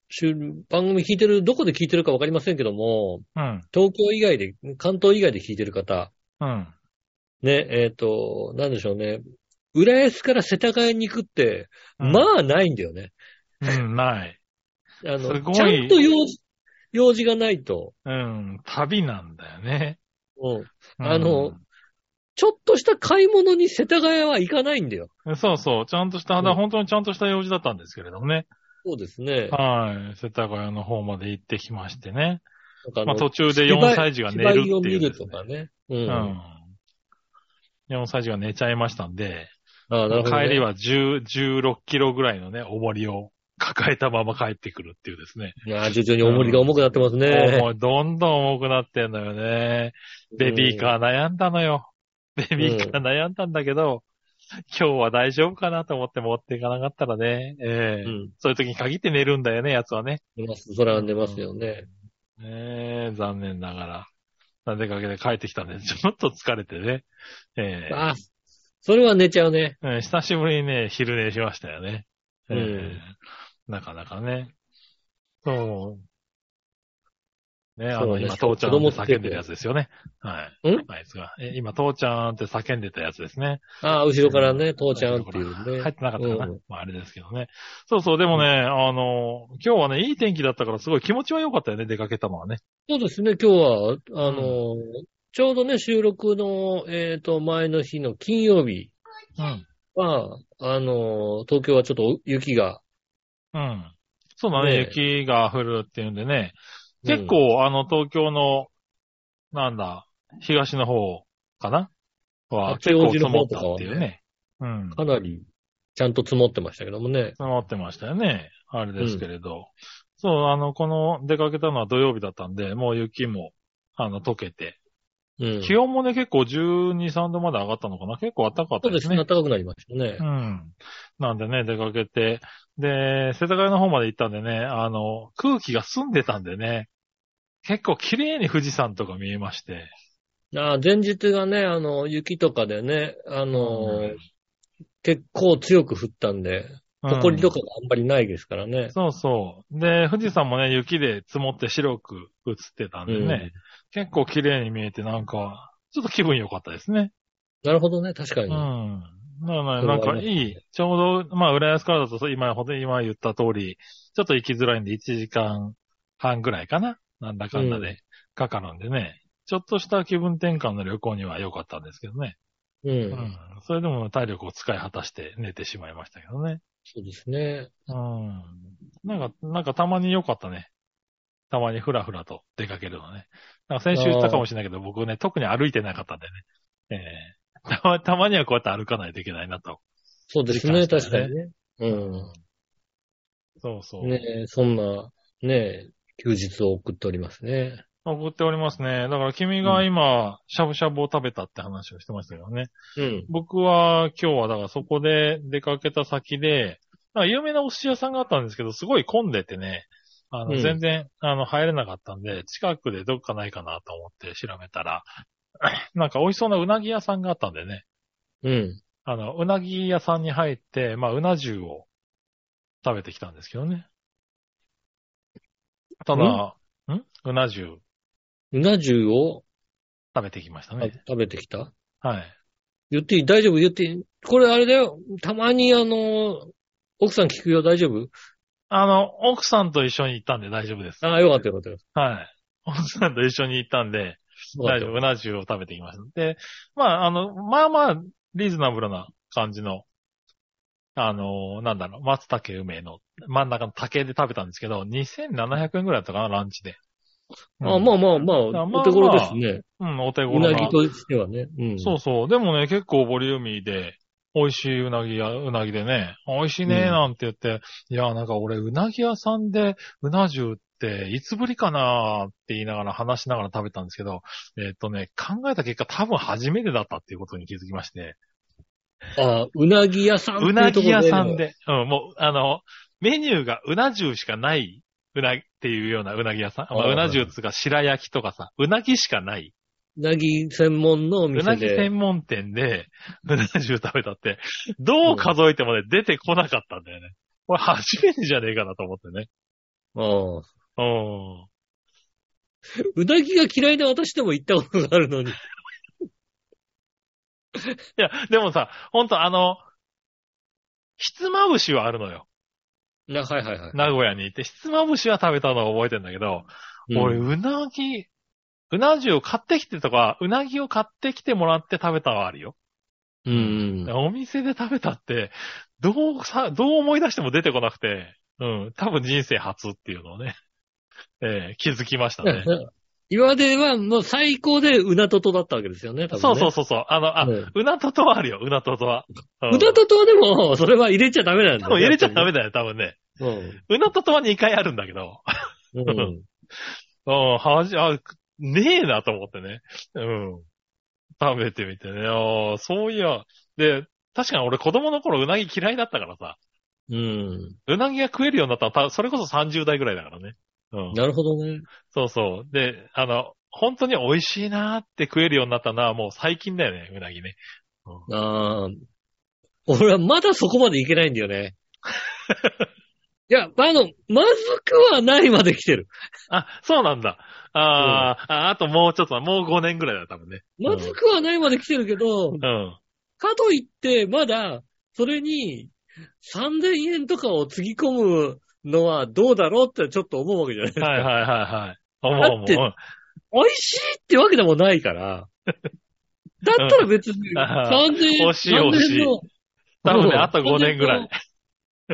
収番組聞いてる、どこで聞いてるかわかりませんけども、うん。東京以外で、関東以外で聞いてる方、うん。ね、えっ、と、なんでしょうね。浦安から世田谷に行くって、うんまあないんだよね。うん、ない。あのすごいちゃんと用事、用事がないと、うん、旅なんだよね。うんうんあの、ちょっとした買い物に世田谷は行かないんだよ。そうそう、ちゃんとした、うん本当にちゃんとした用事だったんですけれどもね。そうですね。はい。世田谷の方まで行ってきましてね。なんかあのまあ途中で4歳児が寝るって芝居をい見うでるすとね。かね。うん。うん。4歳児が寝ちゃいましたんで、ああ、なるほど、帰り。は10 16キロぐらいのね、重りを抱えたまま帰ってくるっていうですね。いや、徐々に重りが重くなってますね。もうどんどん重くなってんのよね。ベビーカー悩んだのよ。ベビーカー悩んだんだけど、今日は大丈夫かなと思って持っていかなかったらね、ええうん。そういう時に限って寝るんだよね、奴はね。寝ます。それは寝ますよね。ねえ、残念ながら。なんでかけて帰ってきたんで、ちょっと疲れてね。ええああ、それは寝ちゃうね。うん久しぶりにね、昼寝しましたよね。ええうんなかなかね。そう。ね、あそうの、ね今、しか父もちゃんって叫んでるやつですよね。はい。んあいつが。え今、父ちゃんって叫んでたやつですね。ああ、後ろからね、父ちゃんっていうね。入ってなかったかな。うんまあ、あれですけどね。そうそう、でもね、あの、今日はね、いい天気だったから、すごい気持ちは良かったよね、出かけたのはね。そうですね、今日は、あの、ちょうどね、収録の、えっ、と、前の日の金曜日うん。は、あの、東京はちょっと雪が。うん。そうだね、ね雪が降るっていうんでうね、ん結、構、あの、東京の、なんだ、東の方かなあは、結構八王子積のもっ方とたかっはねていうね。うん。積かなり、ちゃんと積もってましたけどもね。もってましたよね。あれですけれど。そう、あの、この、出かけたのは土曜日だったんで、もう雪も、あの、溶けて。うん。気温もね、結構12、3度まで上がったのかな結構暖かかっそたうでですすねね、。暖かくなりましたねう。ん。なんでね、出かけて、で、世田谷の方まで行ったんでね、あの、空気が澄んでたんでね、結構綺麗に富士山とか見えまして。ああ前日がね、あの、雪とかでね、あの、結構強く降ったんで、うん埃とかがあんまりないですからね。そうそう。で、富士山もね、雪で積もって白く映ってたんでね、結構綺麗に見えて、なんか、ちょっと気分良かったですね。なるほどね、確かうに。ん。だからそね、れはなんかいい、ちょうど、まあ、浦安からだとそう、今、ほど今言った通り、ちょっと行きづらいんで、1時間半ぐらいかななんだかんだうで、かかるんでね、ちょっとした気分転換の旅行には良かったんですけどね。うん。うん。それでも体力を使い果たして寝てしまいましたけどね。そうですね。うん。なんか、なんかたまに良かったね。たまにふらふらと出かけるのね。なんか先週言ったかもしれないけど、僕ね、特に歩いてなかったんでね。ええたま、たまにはこうやって歩かないといけないなと。そうですね、確かにね。うん。そうそう。ねえ、そんな、ねえ、休日を送っておりますね。送っておりますね。だから君が今、しゃぶしゃぶを食べたって話をしてましたけどね。うん。僕は今日はだからそこで出かけた先で、なんか有名なお寿司屋さんがあったんですけど、すごい混んでてね、あうの、ん全然、あの、入れなかったんで、近くでどっかないかなと思って調べたら、 なんか美味しそうなうなぎ屋さんがあったんでね、うん。あの、うなぎ屋さんに入って、まあ、うな重を食べてきたんですけどね。ただ、んうな重うな重を食べてきましたあね。食べてきたはい。言っていい大丈夫言っていいこれあれだよ。たまにあの、奥さん聞くよ。大丈夫あの、奥さんと一緒に行ったんで大丈夫です。ああ、よかったよかったよかっはい。 奥さんと一緒に行ったんで、た。大丈夫。うな重を食べてきました。で、まあ、あの、まあまあ、リーズナブルな感じの、あの、なんだろう、松茸梅の真ん中の竹で食べたんですけど、2700円くらいだったかな、ランチで。うんあまあまあままあ、あまあお手頃ですね。うん、お手う頃な。なぎとしてはね。うん。そうそう。でもね、結構ボリューミーで、美味しいうなぎや、うなぎでね、美味しいねうんなんて言って、いや、なんか俺、うなぎ屋さんで、うな重って、いつぶりかなーって言いながら話しながら食べたんですけど、えっとね、考えた結果多分初めてだったっていうことに気づきまして、ああ、うなぎ屋さんってういなうとこぎろ屋で。さん。で、うん、もう、あの、メニューがうな重しかない、うなぎっていうようなうなぎ屋さん。まああーうな重っつうか白焼きとかさ、うなぎしかない。うなぎ専門のおうな店ぎで。専門店で、 うな重食べたって、どう数えてもね、出てこなかったんだよね。これ初めてじゃねえかなと思ってね。ああうん。うなぎが嫌いな私でも行ったことがあるのに。いや、でもさ、ほんとあの、ひつまぶしはあるのよ。な、はいはいはい。名古屋に行って、ひつまぶしは食べたのを覚えてんだけど、うん俺、うなぎ、うな重を買ってきてとか、うなぎを買ってきてもらって食べたはあるよ。うん。お店で食べたって、どうさ、どう思い出しても出てこなくて、うん、多分人生初っていうのをね、えー気づきましたね。 今まではもう最高でうなととだったわけですよね、多分ねそうそうそうそう。あの、あ、ううんなととはあるよ、うなととは。ううなととはでも、それは入れちゃダメなんだ多よ分入れちゃダメだよ、多分ね。うなととは2回あるんだけど。うん。うん。うん、はじ、あ、ねえなと思ってね。うん。食べてみてね。ああ、そういや。で、確かに俺子供の頃うなぎ嫌いだったからさ。うん。うなぎが食えるようになったら、たそれこそ30代ぐらいだからね。うん。なるほどね。そうそう。で、あの、本当に美味しいなーって食えるようになったのはもう最近だよね、うなぎね。ああ。俺はまだそこまでいけないんだよね。 いや、あの、まずくはないまで来てる。あ、そうなんだ。あー、あ、あともうちょっとだ、もう5年ぐらいだ、多分ね。まずくはないまで来てるけど、うん。かといって、まだ、それに、3000円とかをつぎ込むのはどうだろうってちょっと思うわけ じゃないですか。はいはいは いはい。思う思だっう。てうん美味しいってわけでもない から。だったら別に、3000円。欲しい欲しい3000の多分ね、うんあと5年 ぐらい。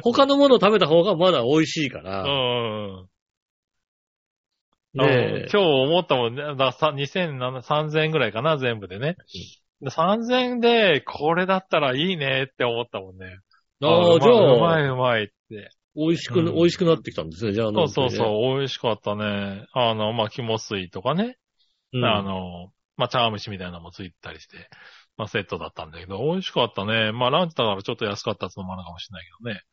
他のものを食べた方がまだ美味しいかうら。ん。ねうんえ今日思ったもんね。だからさ2007 3000円ぐらいかな、全部でね。で3000円で、これだったらいいねって思ったもんね。ああ、じうゃまあ、いうまいうまいって。美味しくな、うん美味しくなってきたんですね、じゃあ。そうそうう。そう、美味しかったね。あの、まあ、肝水とかね。うん、あの、まあ、茶碗蒸しみたいなのもついてたりして。まあ、セットだったんだけど、美味しかったね。まあ、ランチだからちょっと安かったつのもあるかもしれないけ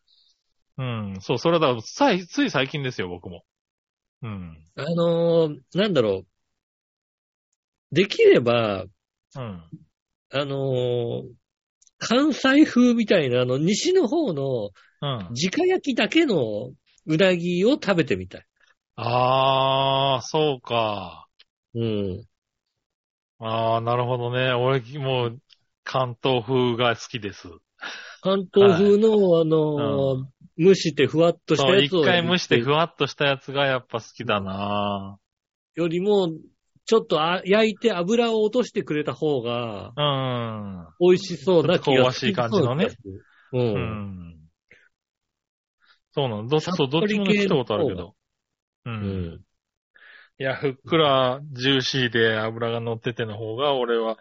どね。うん、そう、それだから、さい、つい最近ですよ、僕も。うん。あのーなんだろう。できれば、うん。あのー関西風みたいな、あの、西の方のうん。直焼きだけのうなぎを食べてみたい。あー、そうか。うん。ああ、なるほどね。俺、もう、関東風が好きです。関東風の、あのー蒸してふわっとしたそう、やつを。一回蒸してふわっとしたやつがやっぱ好きだなよりも、ちょっとあ焼いて油を落としてくれた方が、うん。美味しそうな気が香ばしい感じのね。う。うんん。そうなの。どっちさっぱりと、どっちもね系来たのことあるけど。う。うんん。いや、ふっくら、ジューシーで油が乗ってての方が、俺は、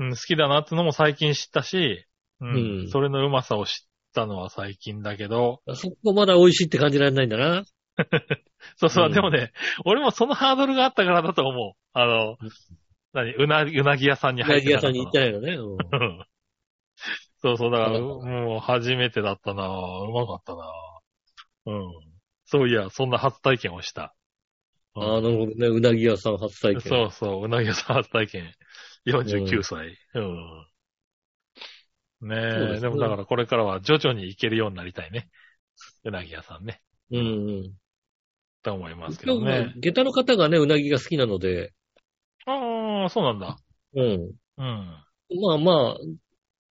うん、好きだなってのも最近知ったし、うん。うんそれのうまさを知ったのは最近だけど、そこまだ美味しいって感じられないんだな。そうそう、うんでもね、俺もそのハードルがあったからだと思う。あの、何、うな、うなぎ屋さんにう入なってぎ屋さんに行ってないのね。うんた。うん そうそう、だから、そうもう初めてだったなぁうまかったなぁうん。そういや、そんな初体験をした。うんああ、なるほどね。うなぎ屋さん初体験。そうそう、うなぎ屋さん初体験。49歳。うん。そうねでえ、すでもだからこれからは徐々に行けるようになりたいね。うなぎ屋さんね。うんうん。と思いますけ今ど日ねね。、下駄の方がね、うなぎが好きなので、ああ、そうなんだ。うん。うん。まあ まあ、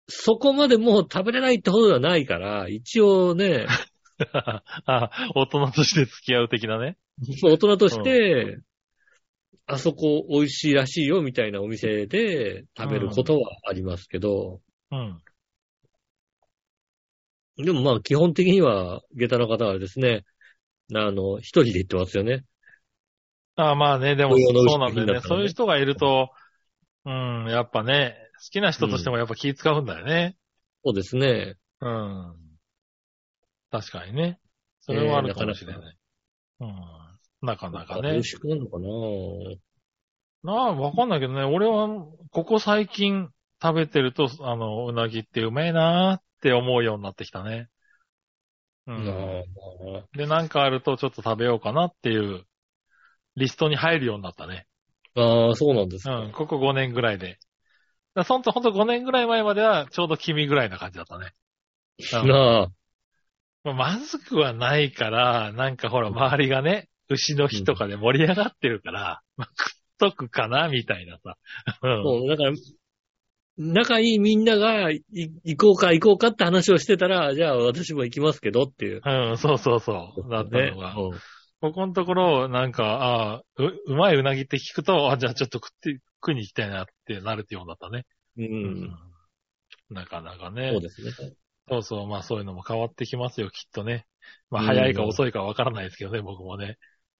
そこまでもう食べれないってほどではないから、一応ね、あ、大人として付き合う的なね。そう大人として、あそこ美味しいらしいよみたいなお店で食べることはありますけど、うん。でもまあ基本的には下駄の方はですね、あの、一人で行ってますよね。あまあね、でも雇用のそうな資んだよね。金だからねそういう人がいると、うん、やっぱね、好きな人としてもやっぱ気使うんだよね。そうですね。うん。確かにね。それはあるかもしれない。うん。なかなかよねろ。しくなるのかななあ、わかんないけどね。俺は、ここ最近食べてると、あの、うなぎってうめえなーって思うようになってきたね。うまあん。まあで、なんかあるとちょっと食べようかなっていう、リストに入るようになったね。ああ、そうなんですうん、か。ここ5年ぐらいで。だそんとほんと5年ぐらい前まではちょうど君ぐらいな感じだったね。うんなあ、まあまずくはないから、なんかほら周りがね、牛の日とかで盛り上がってるから、まあ食っとくかな、みたいなさ。うん。そう、だから、仲いいみんながい行こうか行こうかって話をしてたら、じゃあ私も行きますけどっていう。うん、そうそうそう。だったねのが。ここのところ、なんか、ああう、うまいうなぎって聞くと、あ、じゃあちょっと食って、食いに行きたいなってなるってようになったね。うん。うん。なかなかね。そうですね。そうそう、まあそういうのも変わってきますよ、きっとね。まあうん早いか遅いかわからないですけどね、僕もね。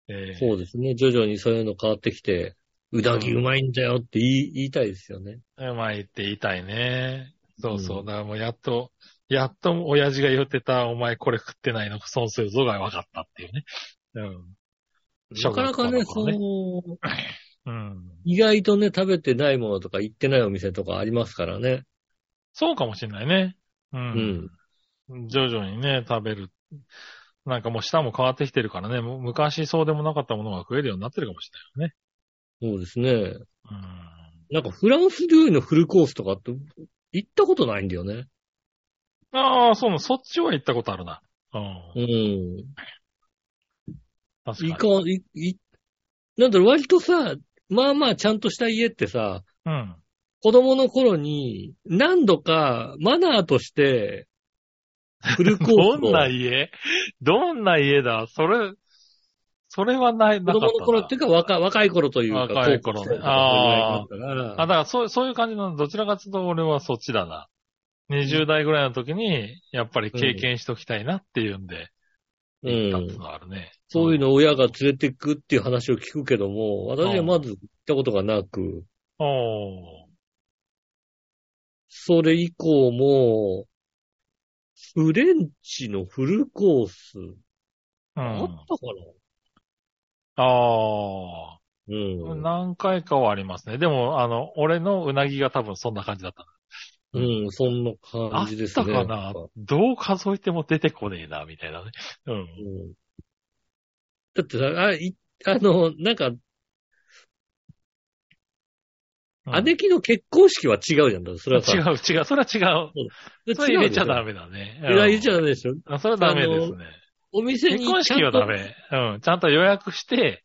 えーそうですね。徐々にそういうの変わってきて、うなぎうまいんだよって言い言いたいですよね。うまいって言いたいね。そうそう、うんだからもうやっと、やっと親父が言ってた、お前これ食ってないの損するぞが分かったっていうね。なかなかね、小学校その頃ねの、うん。うん。意外とね、食べてないものとか行ってないお店とかありますからね。そうかもしれないね。う。うんん。徐々にね、食べる。なんかもう舌も変わってきてるからね、む昔そうでもなかったものが食えるようになってるかもしれないそうですね。よね。うん。なんかフランス料理のフルコースとかって行ったことないんだよね。ああ、そうなの、そっちは行ったことあるな。うん。うん。確かに。いか、い、い、なんだろう、割とさ、まあまあちゃんとした家ってさ、うん。子供の頃に何度かマナーとして、フルコース どをんな家どんな家だそれ、それはない、子なかったな。供の頃っていうか若若い頃というか、若い頃ね高校生とかそれぐらいだかあ、だらからそう、そういう感じなの。どちらかというと俺はそっちだな。20代ぐらいの時に、やっぱり経験しときたいなっていうんで、う、行ったっていうんのはあるね。そういうのを親が連れてくっていう話を聞くけども、私はまず行ったことがなく、うん。おーそれ以降も、フレンチのフルコース、うあったん。かああ、なうん。何回かはありますね。でも、あの、俺のうなぎが多分そんな感じだった。うん、そんな感じですね。あったかなどう数えても出てこねえな、みたいなね。うん。うんだってさ、あ、い、あの、なんか、姉貴の結婚式は違うじゃん。だってそれはさ。違う、違う、それは違う。それ入れちゃダメ。メだね。入れちゃゃダメでしょ。あそれはダメですね。お店にち結ゃん婚と式はダ。メ。うん。ちゃんと予約して、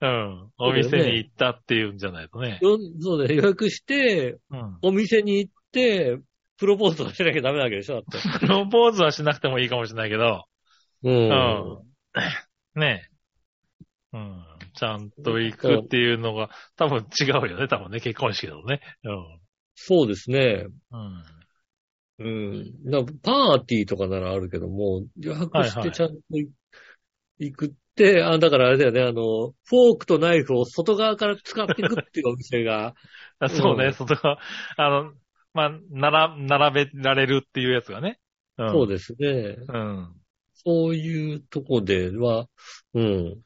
うん。おそうだよね店に行ったっていうんじゃないとね。よそうだよ、予約して、うん。お店に行って、プロポーズはしなきゃダメなわけでしょだって。プロポーズはしなくてもいいかもしれないけど、 う。。うんねえ。うん。ちゃんと行くっていうのが、多分違うよね。多分ね、結婚式だとね。そうですね。うん。うん。うん。だからパーティーとかならあるけども、予約しはいはていちゃんとい行くって、あ、だからあれだよね、あの、フォークとナイフを外側から使っていくっていうお店が、あそううね、んその、あの、まあ、なら、並べられるっていうやつがね。う ん、そうでですね。す。うん。そういうとこでは、うん、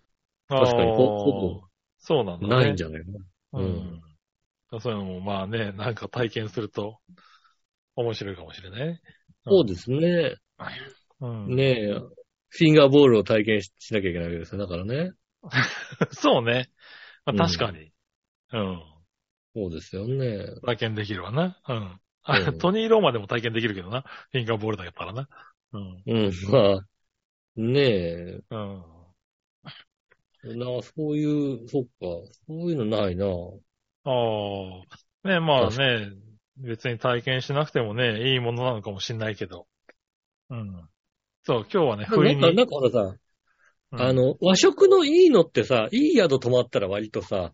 確かにほほぼ。そうなんだ、ね。ないんじゃないかな。ゃうん。そういうのも、まあね、なんか体験すると、面白いかもしれないね。そうですね。うん。ねえ、フィンガーボールを体験ししなきゃいけないわけですよ。だからね。そうね。まうんあ、確かに、うん。そうですよね。体験できるわな。うん。あ、うんトニー・ローマでも体験できるけどな。フィンガーボールだったらな。うん。うん、 まあ、ねえ、うん。なそういう、そっか、そういうのないな。ああ。ね、まあね、別に体験しなくてもね、いいものなのかもしれないけど。うん。そう、今日はね、不な意んか、に。なんかほらさ、うんあの、和食のいいのってさ、いい宿泊まったら割とさ、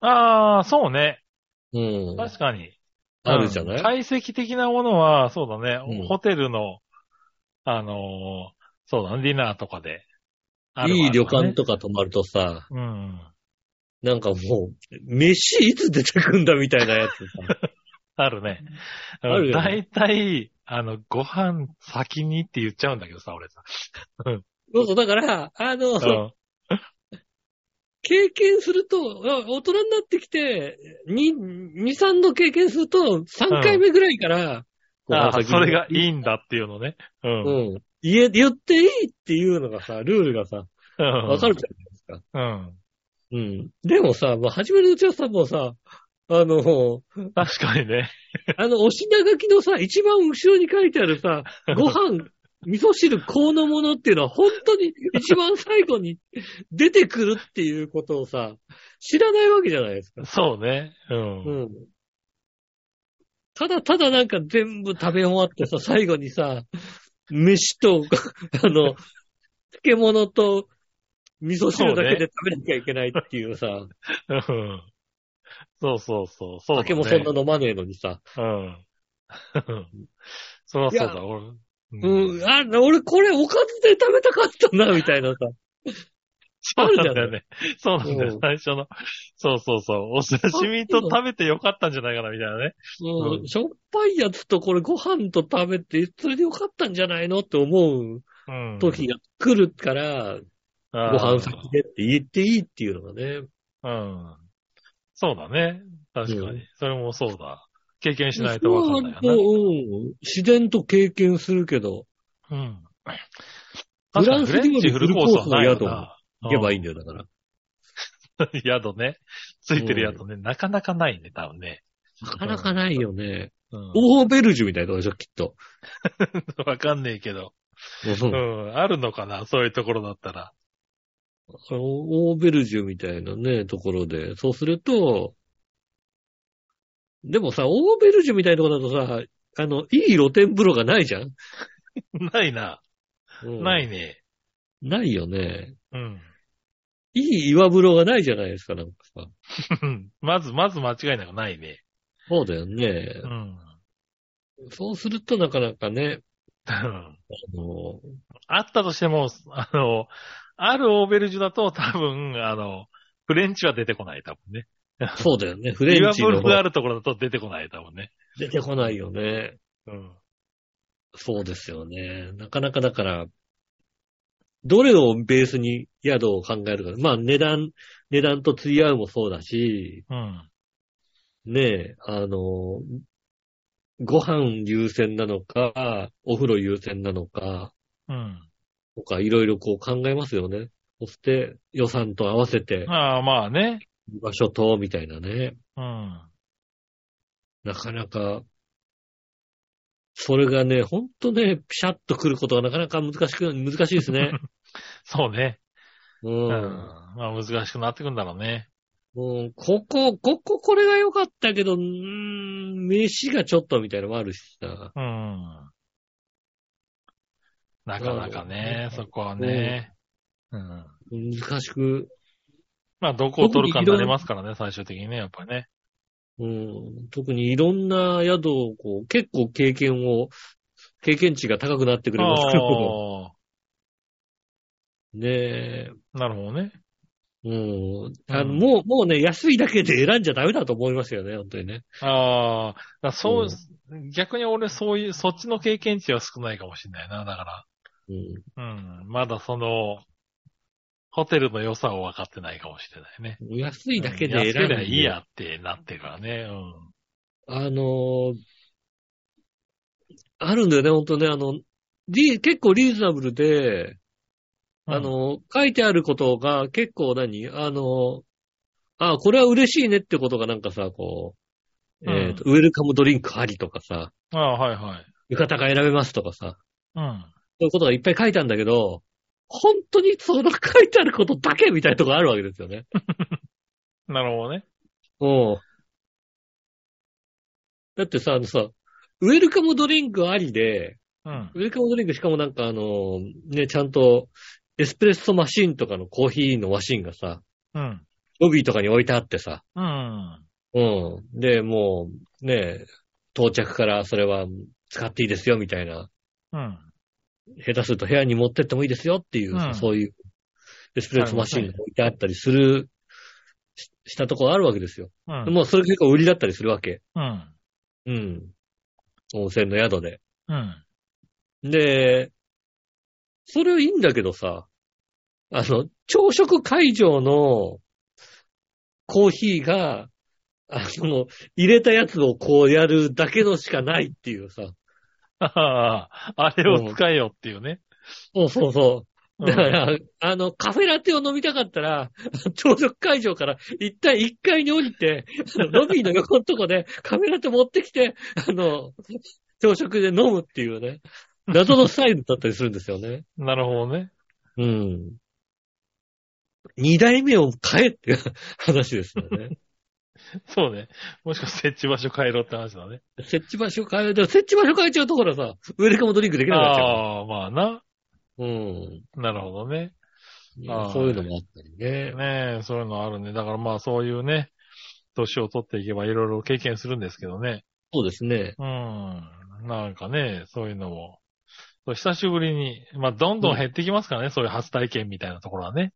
ああ、そうね。うん。確かに。あるじゃうなんい解析的なものは、そうだね、うんホテルの、あのーそうだね、ディナーとかで、あるわいい旅あるわ館ねとか泊まるとさ、うん。なんかもう、飯いつ出てくんだみたいなやつ さ。あるね。あるよね大体、あの、ご飯先にって言っちゃうんだけどさ、俺さ。そうそう、だから、あの、うん経験すると、あ大人になってきて、に2、3度経験すると、3回目ぐらいから、ご飯あ先にそれがいいんだっていうのね。うん。うん。言え、言っていいっていうのがさ、ルールがさ、わわかるじゃないですか。うん。うん。でもさ、まあ、初めのうちはさ、もうさ、あの、確かにね。あの、お品書きのさ、一番後ろに書いてある さ、ご飯、味噌汁、こうのものっていうのは、本当に一番最後に出てくるっていうことをさ、知らないわけじゃないですか。そうね。うん。うん。ただただなんか全部食べ終わってさ、最後にさ、飯と、 あの、漬物と味噌汁だけで食べなきゃいけないっていうさ、うん そうそうそう。そうだね酒もそんな飲まねえのにさ、うん。 そりゃそうだ、俺。うん、あ、俺これおかずで食べたかったな、みたいなさ、そうなんだよね。 そうなんだうんよ、最初の。そうそうそう。お刺身と食べてよかったんじゃないかな、みたいなね。うんうんしょっぱいやつとこれご飯と食べて、それでよかったんじゃないのって思ううん。時が来るから、あーご飯先でって言っていいっていうのがね、うん。そうだね。確かうに。それもそうだ。経験しないとわかんないそうようん。自然と経験するけど、な。うん。フランス確かにフレンチフルコースはないよフルコースのな。行けばいいんだだよ、だから。 宿ね。ついてる宿ね。なかなかないね、多分ね。なかなかないよね。うん。オーベルジュみたいなとこでしょ、きっと。わかんねえけど。ううんん。あるのかなそういうところだったら。オーベルジュみたいなね、ところで。そうすると、でもさ、オーベルジュみたいなところだとさ、あの、いい露天風呂がないじゃん、ないな。なういん。ね。ないよね。うん。いい岩風呂がないじゃないですか、なんかさ。まず、まず間違いなくないね。そうだよねう。ん。そうするとなかなかね、あの、あったとしても、あの、あるオーベルジュだと多分、あの、フレンチは出てこない、多分ね。そうだよね。フフレレンンチチのの方があるところだと出てこない、多分ね。出てこないよね。うん。そうですよね。なかなかだから、どれをベースに宿を考えるか。まあ値段、値段と釣り合うもそうだし、うん。ねえ、あの、ご飯優先なのか、お風呂優先なのか、うん。とかいろいろこう考えますよね。そして予算と合わせて、まあまあね。場所と、みたいなね。うん。なかなか、それがね、ほんとね、ピシャッと来ることがなかなか難しく、難しいですね。そうね。ううん。ん。まあ難しくなってくんだろうね。うん、ここ、ここ、これが良かったけど、うーん、飯がちょっとみたいなのもあるしさ。うん。なかなかね、そうそこはね。うん。難しく、まあどこを取るかになりますからね、最終的にね、やっぱりね。うん、特にいろんな宿を、こう、結構経験を、経験値が高くなってくれますけど、あねえ。あ、なるほどね。うん、あのうんもう、もうね、安いだけで選んじゃダメだと思いますよね、本当にね。ああ、だからそう、逆に俺そういう、そっちの経験値は少ないかもしれないな、だかうんら。うん、まだその、ホテルの良さを分かってないかもしれないね。安いだけうんで安選けんで、ればいいやってなってるからね。あのーあるんだよね、ほんとね、あの、リ結構リーズナブルで、うん。あ、の、書いてあることが結構何あの、あ、これは嬉しいねってことがなんかさ、こう、えっ、と、ウェルカムドリンクありとかさ、ああ、はいはい。浴衣が選べますとかさ、うん。そういうことがいっぱい書いてあるんだけど、本当にその書いてあることだけみたいなとこあるわけですよね。なるほどね。うん。だってさ、あのさ、ウェルカムドリンクありで、うん。ウェルカムドリンクしかもなんかあの、ね、ちゃんと、エスプレッソマシンとかのコーヒーのマシンがさ、うん。ロビーとかに置いてあってさ、うん。うん。で、もう、ね、到着からそれは使っていいですよ、みたいな。うん。下手すると部屋に持ってってもいいですよっていう、うんそういうエスプレッソマシンが置いてあったりする、ししたところあるわけですよ。うん。もうそれ結構売りだったりするわけ。うん。うん。温泉の宿で。うん。 で、それはいいんだけどさ、あの、朝食会場のコーヒーが、あの、入れたやつをこうやるだけのしかないっていうさ。ああれを使えよっていうね。そうそうそう。うんだから、あの、カフェラテを飲みたかったら、朝食会場から一体1階に降りて、あのロビーの横のとこでカフェラテ持ってきて、あの、朝食で飲むっていうね、謎のスタイルだったりするんですよね。なるほどね。うん。二代目を変えっていう 話ですよね。そうね。もしかして設置場所変えろって話だね。設置場所変え、でも設置場所変えちゃうところはさ、ウェルカムドリンクできなくなっちゃああ、まあな。う。うん。なるほどね。あーそういうのもあったりね。ねえ、そういうのあるね。だからまあそういうね、年を取っていけばいろいろ経験するんですけどね。そうですね。うん。なんかね、そういうのも。そう久しぶりに、まあどんどん減ってきますからね、そういう初体験みたいなところはね。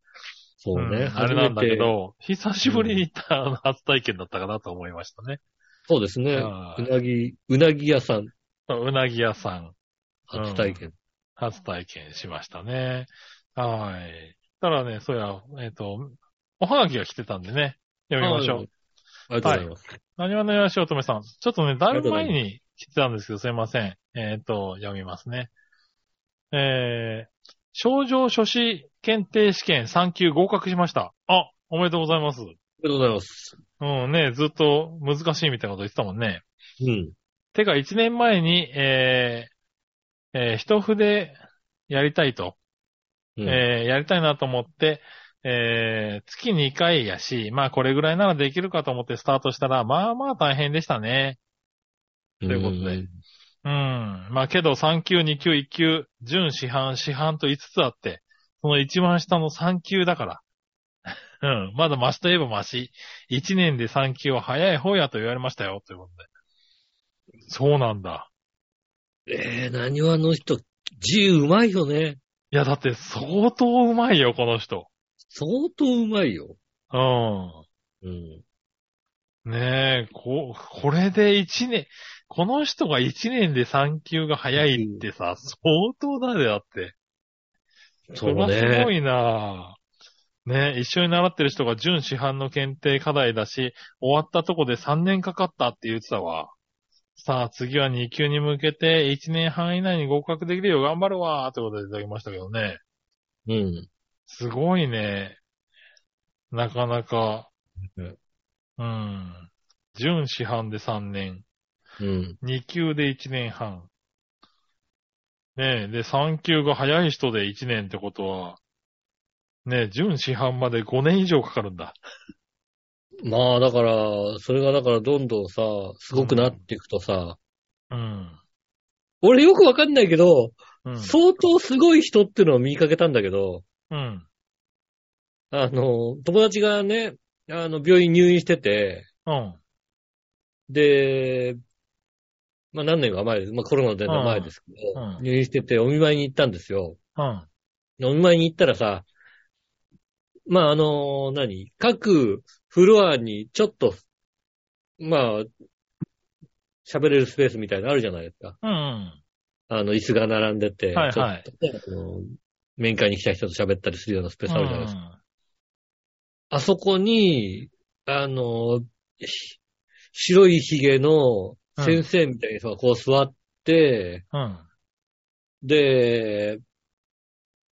そうね。んあれなんだけ初めて。ど、久しぶりに行ったあの初体験だったかなと思いましたね。そうですね。はういなぎ、うなぎ屋さん、うなぎ屋さん、初体験。初体験しましたね。はい。ただね、そうや、えっ、と、おはがきが来てたんでね、読みましょう。ありがとうございます。何話のよしおとめさん。ちょっとね、だいぶ前に来てたんですけど、すいません。えっ、と、読みますね。えー、症状書士検定試験3級合格しました。あ、おめでとうございます。ありがとうございます。うんね、ずっと難しいみたいなこと言ってたもんね。うん。てか、1年前に、えー、えー一筆やりたいと、うんえーやりたいなと思って、えー月2回やし、まあこれぐらいならできるかと思ってスタートしたら、まあまあ大変でしたね。ということでんうん。まあけど3級、2級、1級、準市販、市販と5つあって、その一番下の3級だから。 うん。まだマシといえばマシ。1年で3級は早い方やと言われましたよ、ということで。そうなんだ。えー、何話の人、字うまいよね。いや、だって相当うまいよ、この人。相当うまいよ。ううん。ん。ねえ、こ、これで1年、この人が1年で3級が早いってさ、相当だで、だって。そうれはすごね。いなぁ。ね一緒に習ってる人が準市販の検定課題だし、終わったとこで3年かかったって言ってたわ。さあ、次は2級に向けて1年半以内に合格できるよう頑張るわーってことでいただきましたけどね。うん。すごいね。なかなかうん。うん。準市販で3年。うん。 2級で1年半。ねえ、で、3級が早い人で1年ってことは、ねえ、準市販まで5年以上かかるんだ。まあ、だから、それがだからどんどんさ、すごくなっていくとさ、うん。俺よくわかんないけど、うん。相当すごい人っていうのを見かけたんだけど、うん。あの、友達がね、あの、病院入院してて、うん。で、まあ何年か前です。まあコロナでの前ですけど、うんうん入院しててお見舞いに行ったんですよ。うん。お見舞いに行ったらさ、まああの、何各フロアにちょっと、まあ、喋れるスペースみたいなのあるじゃないですか。うん。あの、椅子が並んでて、はいはいちょっとねあの面会に来た人と喋ったりするようなスペースあるじゃないですか。あそこに、あの、ひ白いひげの先生みたいな人がこう座って、うん。で、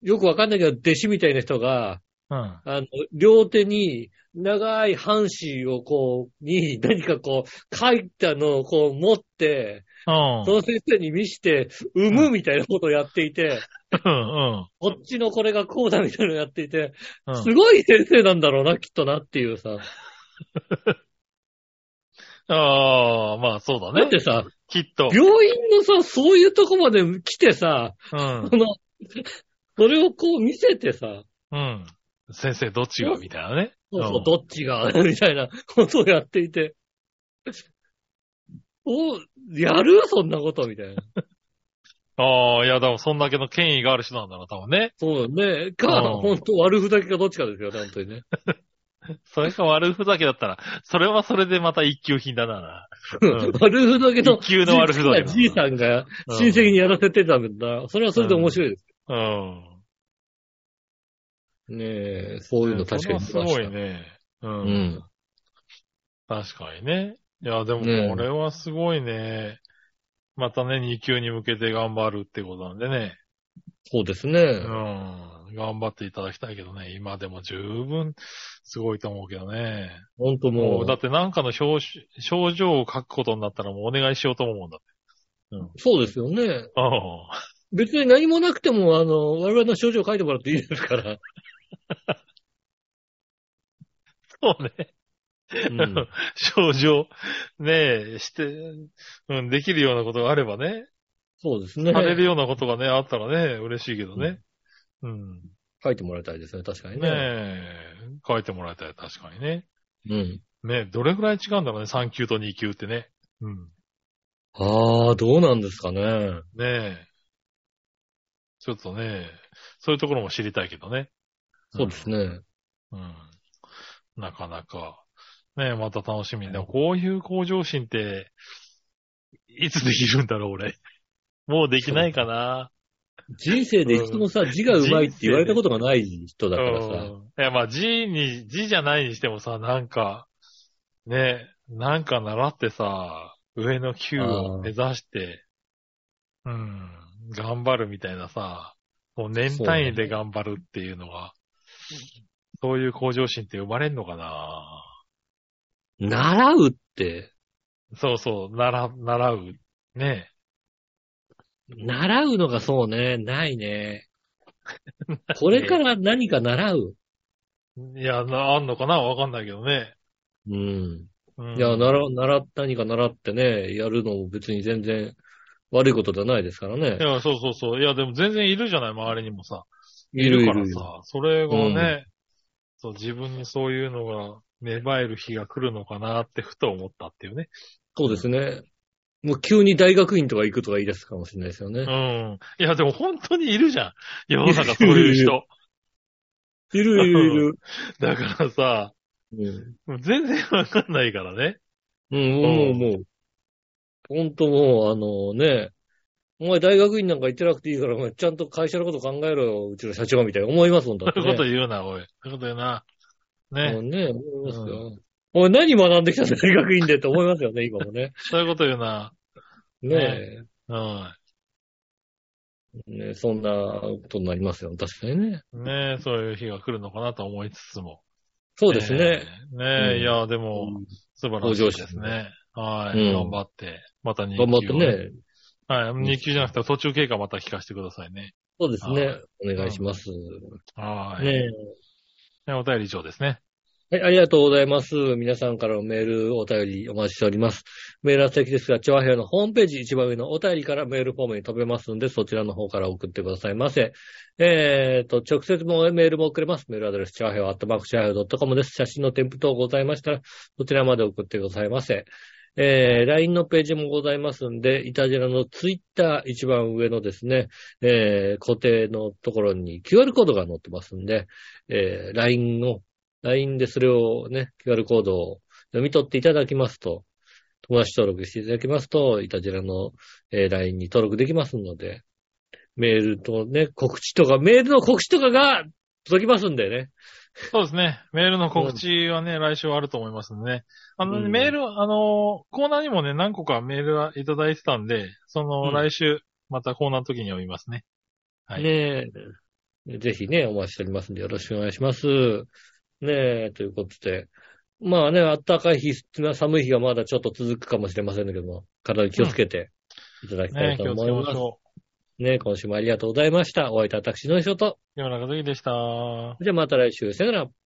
よくわかんないけど、弟子みたいな人が、うん。あの、両手に長い半紙をこう、に何かこう、書いたのをこう持って、うん。その先生に見して、産むみたいなことをやっていて、うん。こっちのこれがこうだみたいなのをやっていて、うん。すごい先生なんだろうな、きっとなっていうさ。ああ、まあそうだだっね。てさ、きっと。病院のさ、そういうとこまで来てさ、うんこ。の、それをこう見せてさ、うん。先生、どっちがみたいなね。そうそうう、んどっちが、みたいな ことをやっていて、お、やるそんなこと、みたいな。ああ、いや、でもそんだけの権威がある人なんだな、多分ね。そうね。か、うんほんと悪ふざけかどっちかですよね、本当にね。それか悪ふざけだったら、それはそれでまた一級品だな。ん悪ふざけの、一級の悪ふざけだなじいさんが親戚にやらせてたんだ。それはそれで面白いです。うん。ねえ、そういうの確かにそれはすごいね。う。うんん。確かにね。いや、でもねえこれはすごいね。またね、2級に向けて頑張るってことなんでね。そうですねう。ん。頑張っていただきたいけどね。今でも十分すごいと思うけどね。ほんとももうう、だ、ってなんかの表紙症状を書くことになったらもうお願いしようと思うもんだって。そうですよね。 あ別に何もなくても、あの、我々の症状を書いてもらっていいです から。あ、そうね。うん症状、ねえ、して、うん、できるようなことがあればね、そうですねさ。れるようなことがね、あったらね、嬉しいけどね。うん。書いてもらいたいですね、確かにねね。え、書いてもらいたい、確かにね。うん。ねえ、どれぐらい違うんだろうね、3級と2級ってね。うん。ああ、どうなんですかね。ねえ。ちょっとね、そういうところも知りたいけどね。そうですね。うん。なかなか。ねえ、また楽しみだ。こういう向上心って、いつできるんだろう、 俺。もうできないかな。人生で一度もさ、字が上手いって言われたことがない人だからさ。うんいや、まあ、字に、字じゃないにしてもさ、なんか、ね、なんか習ってさ、上の級を目指して、うん、頑張るみたいなさ、もう年単位で頑張るっていうのが、そういう向上心って生まれんのかな習うって、そうそう、習、習う。ね。習うのがそうね、 ないね。これから何か習う。いや、なあんのかなわかんないけどね。うん。うん、いや、習、習っ、何か習ってね、やるのも別に全然悪いことじゃないですからねい。や、そうそうそう。いや、でも全然いるじゃない、周りにもさ。いいるいるからる。さ、それがね、うんそう、自分にそういうのが芽生える日が来るのかなってふと思ったっていうね。そうですね。もう急に大学院とか行くとか言い出すかもしれないですようね。ん。いや、でも本当にいるじゃん。世の中そういう人。いるいるだからさ、い る。もう全然わかんないからね。うん。うん、もうもう。ほんともう、あのね、お前大学院なんか行ってなくていいから、お前ちゃんと会社のこと考えろよ、うちの社長みたいに思いますもんだって、 そうね。いうこと言うな、おい。そういうこと言うな。ねも。うね、思いますよ。おい、何学んできたんだ大学院でって思いますよね、今も ね。そういうこと言うな。ねうん。え、ねそんなことになりますよ、確かにね。ねそういう日が来るのかなと思いつつも。そうですね。え。ねうんいや、でも、素晴らしいですね。はい、うん頑張って。また2級を頑張ってね。はい。ん日級じゃなくて途中経過また聞かせてくださいね。そうですねは。お願いします。はい。ねねお便り以上ですね。はい、ありがとうございます。皆さんからのメール、お便りお待ちしております。メールは素敵ですが、チョアヘアのホームページ一番上のお便りからメールフォームに飛べますので、そちらの方から送ってくださいませ。えーと、直接もメールも送れます。メールアドレス、チョアヘア、アットマークチョアヘア .com です。写真の添付等ございましたら、そちらまで送ってくださいませ。えー、LINE のページもございますんで、イタジェラのツイッター一番上のですね、えー、固定のところに QR コードが載ってますんで、えー、LINE の LINE でそれをね、QR コードを読み取っていただきますと、友達登録していただきますと、いたじらの、えー LINE に登録できますので、メールとね、告知とか、メールの告知とかが届きますんでね。そうですね。メールの告知はね、来週はあると思いますんでね。あのね、うんメール、あの、コーナーにもね、何個かメールはいただいてたんで、その、うん来週、またコーナーの時に読みますね。はいねえ。ぜひね、お待ちしておりますんで、よろしくお願いします。ねえ、ということで。まあね、暖かい日、寒い日がまだちょっと続くかもしれませんけども、体に気をつけていただきたねいと気をつ思いけまましす。ょねえ、今週もありがとうございました。お会いいた私の人と、う。世の中好きでした。じゃあまた来週、さよなら。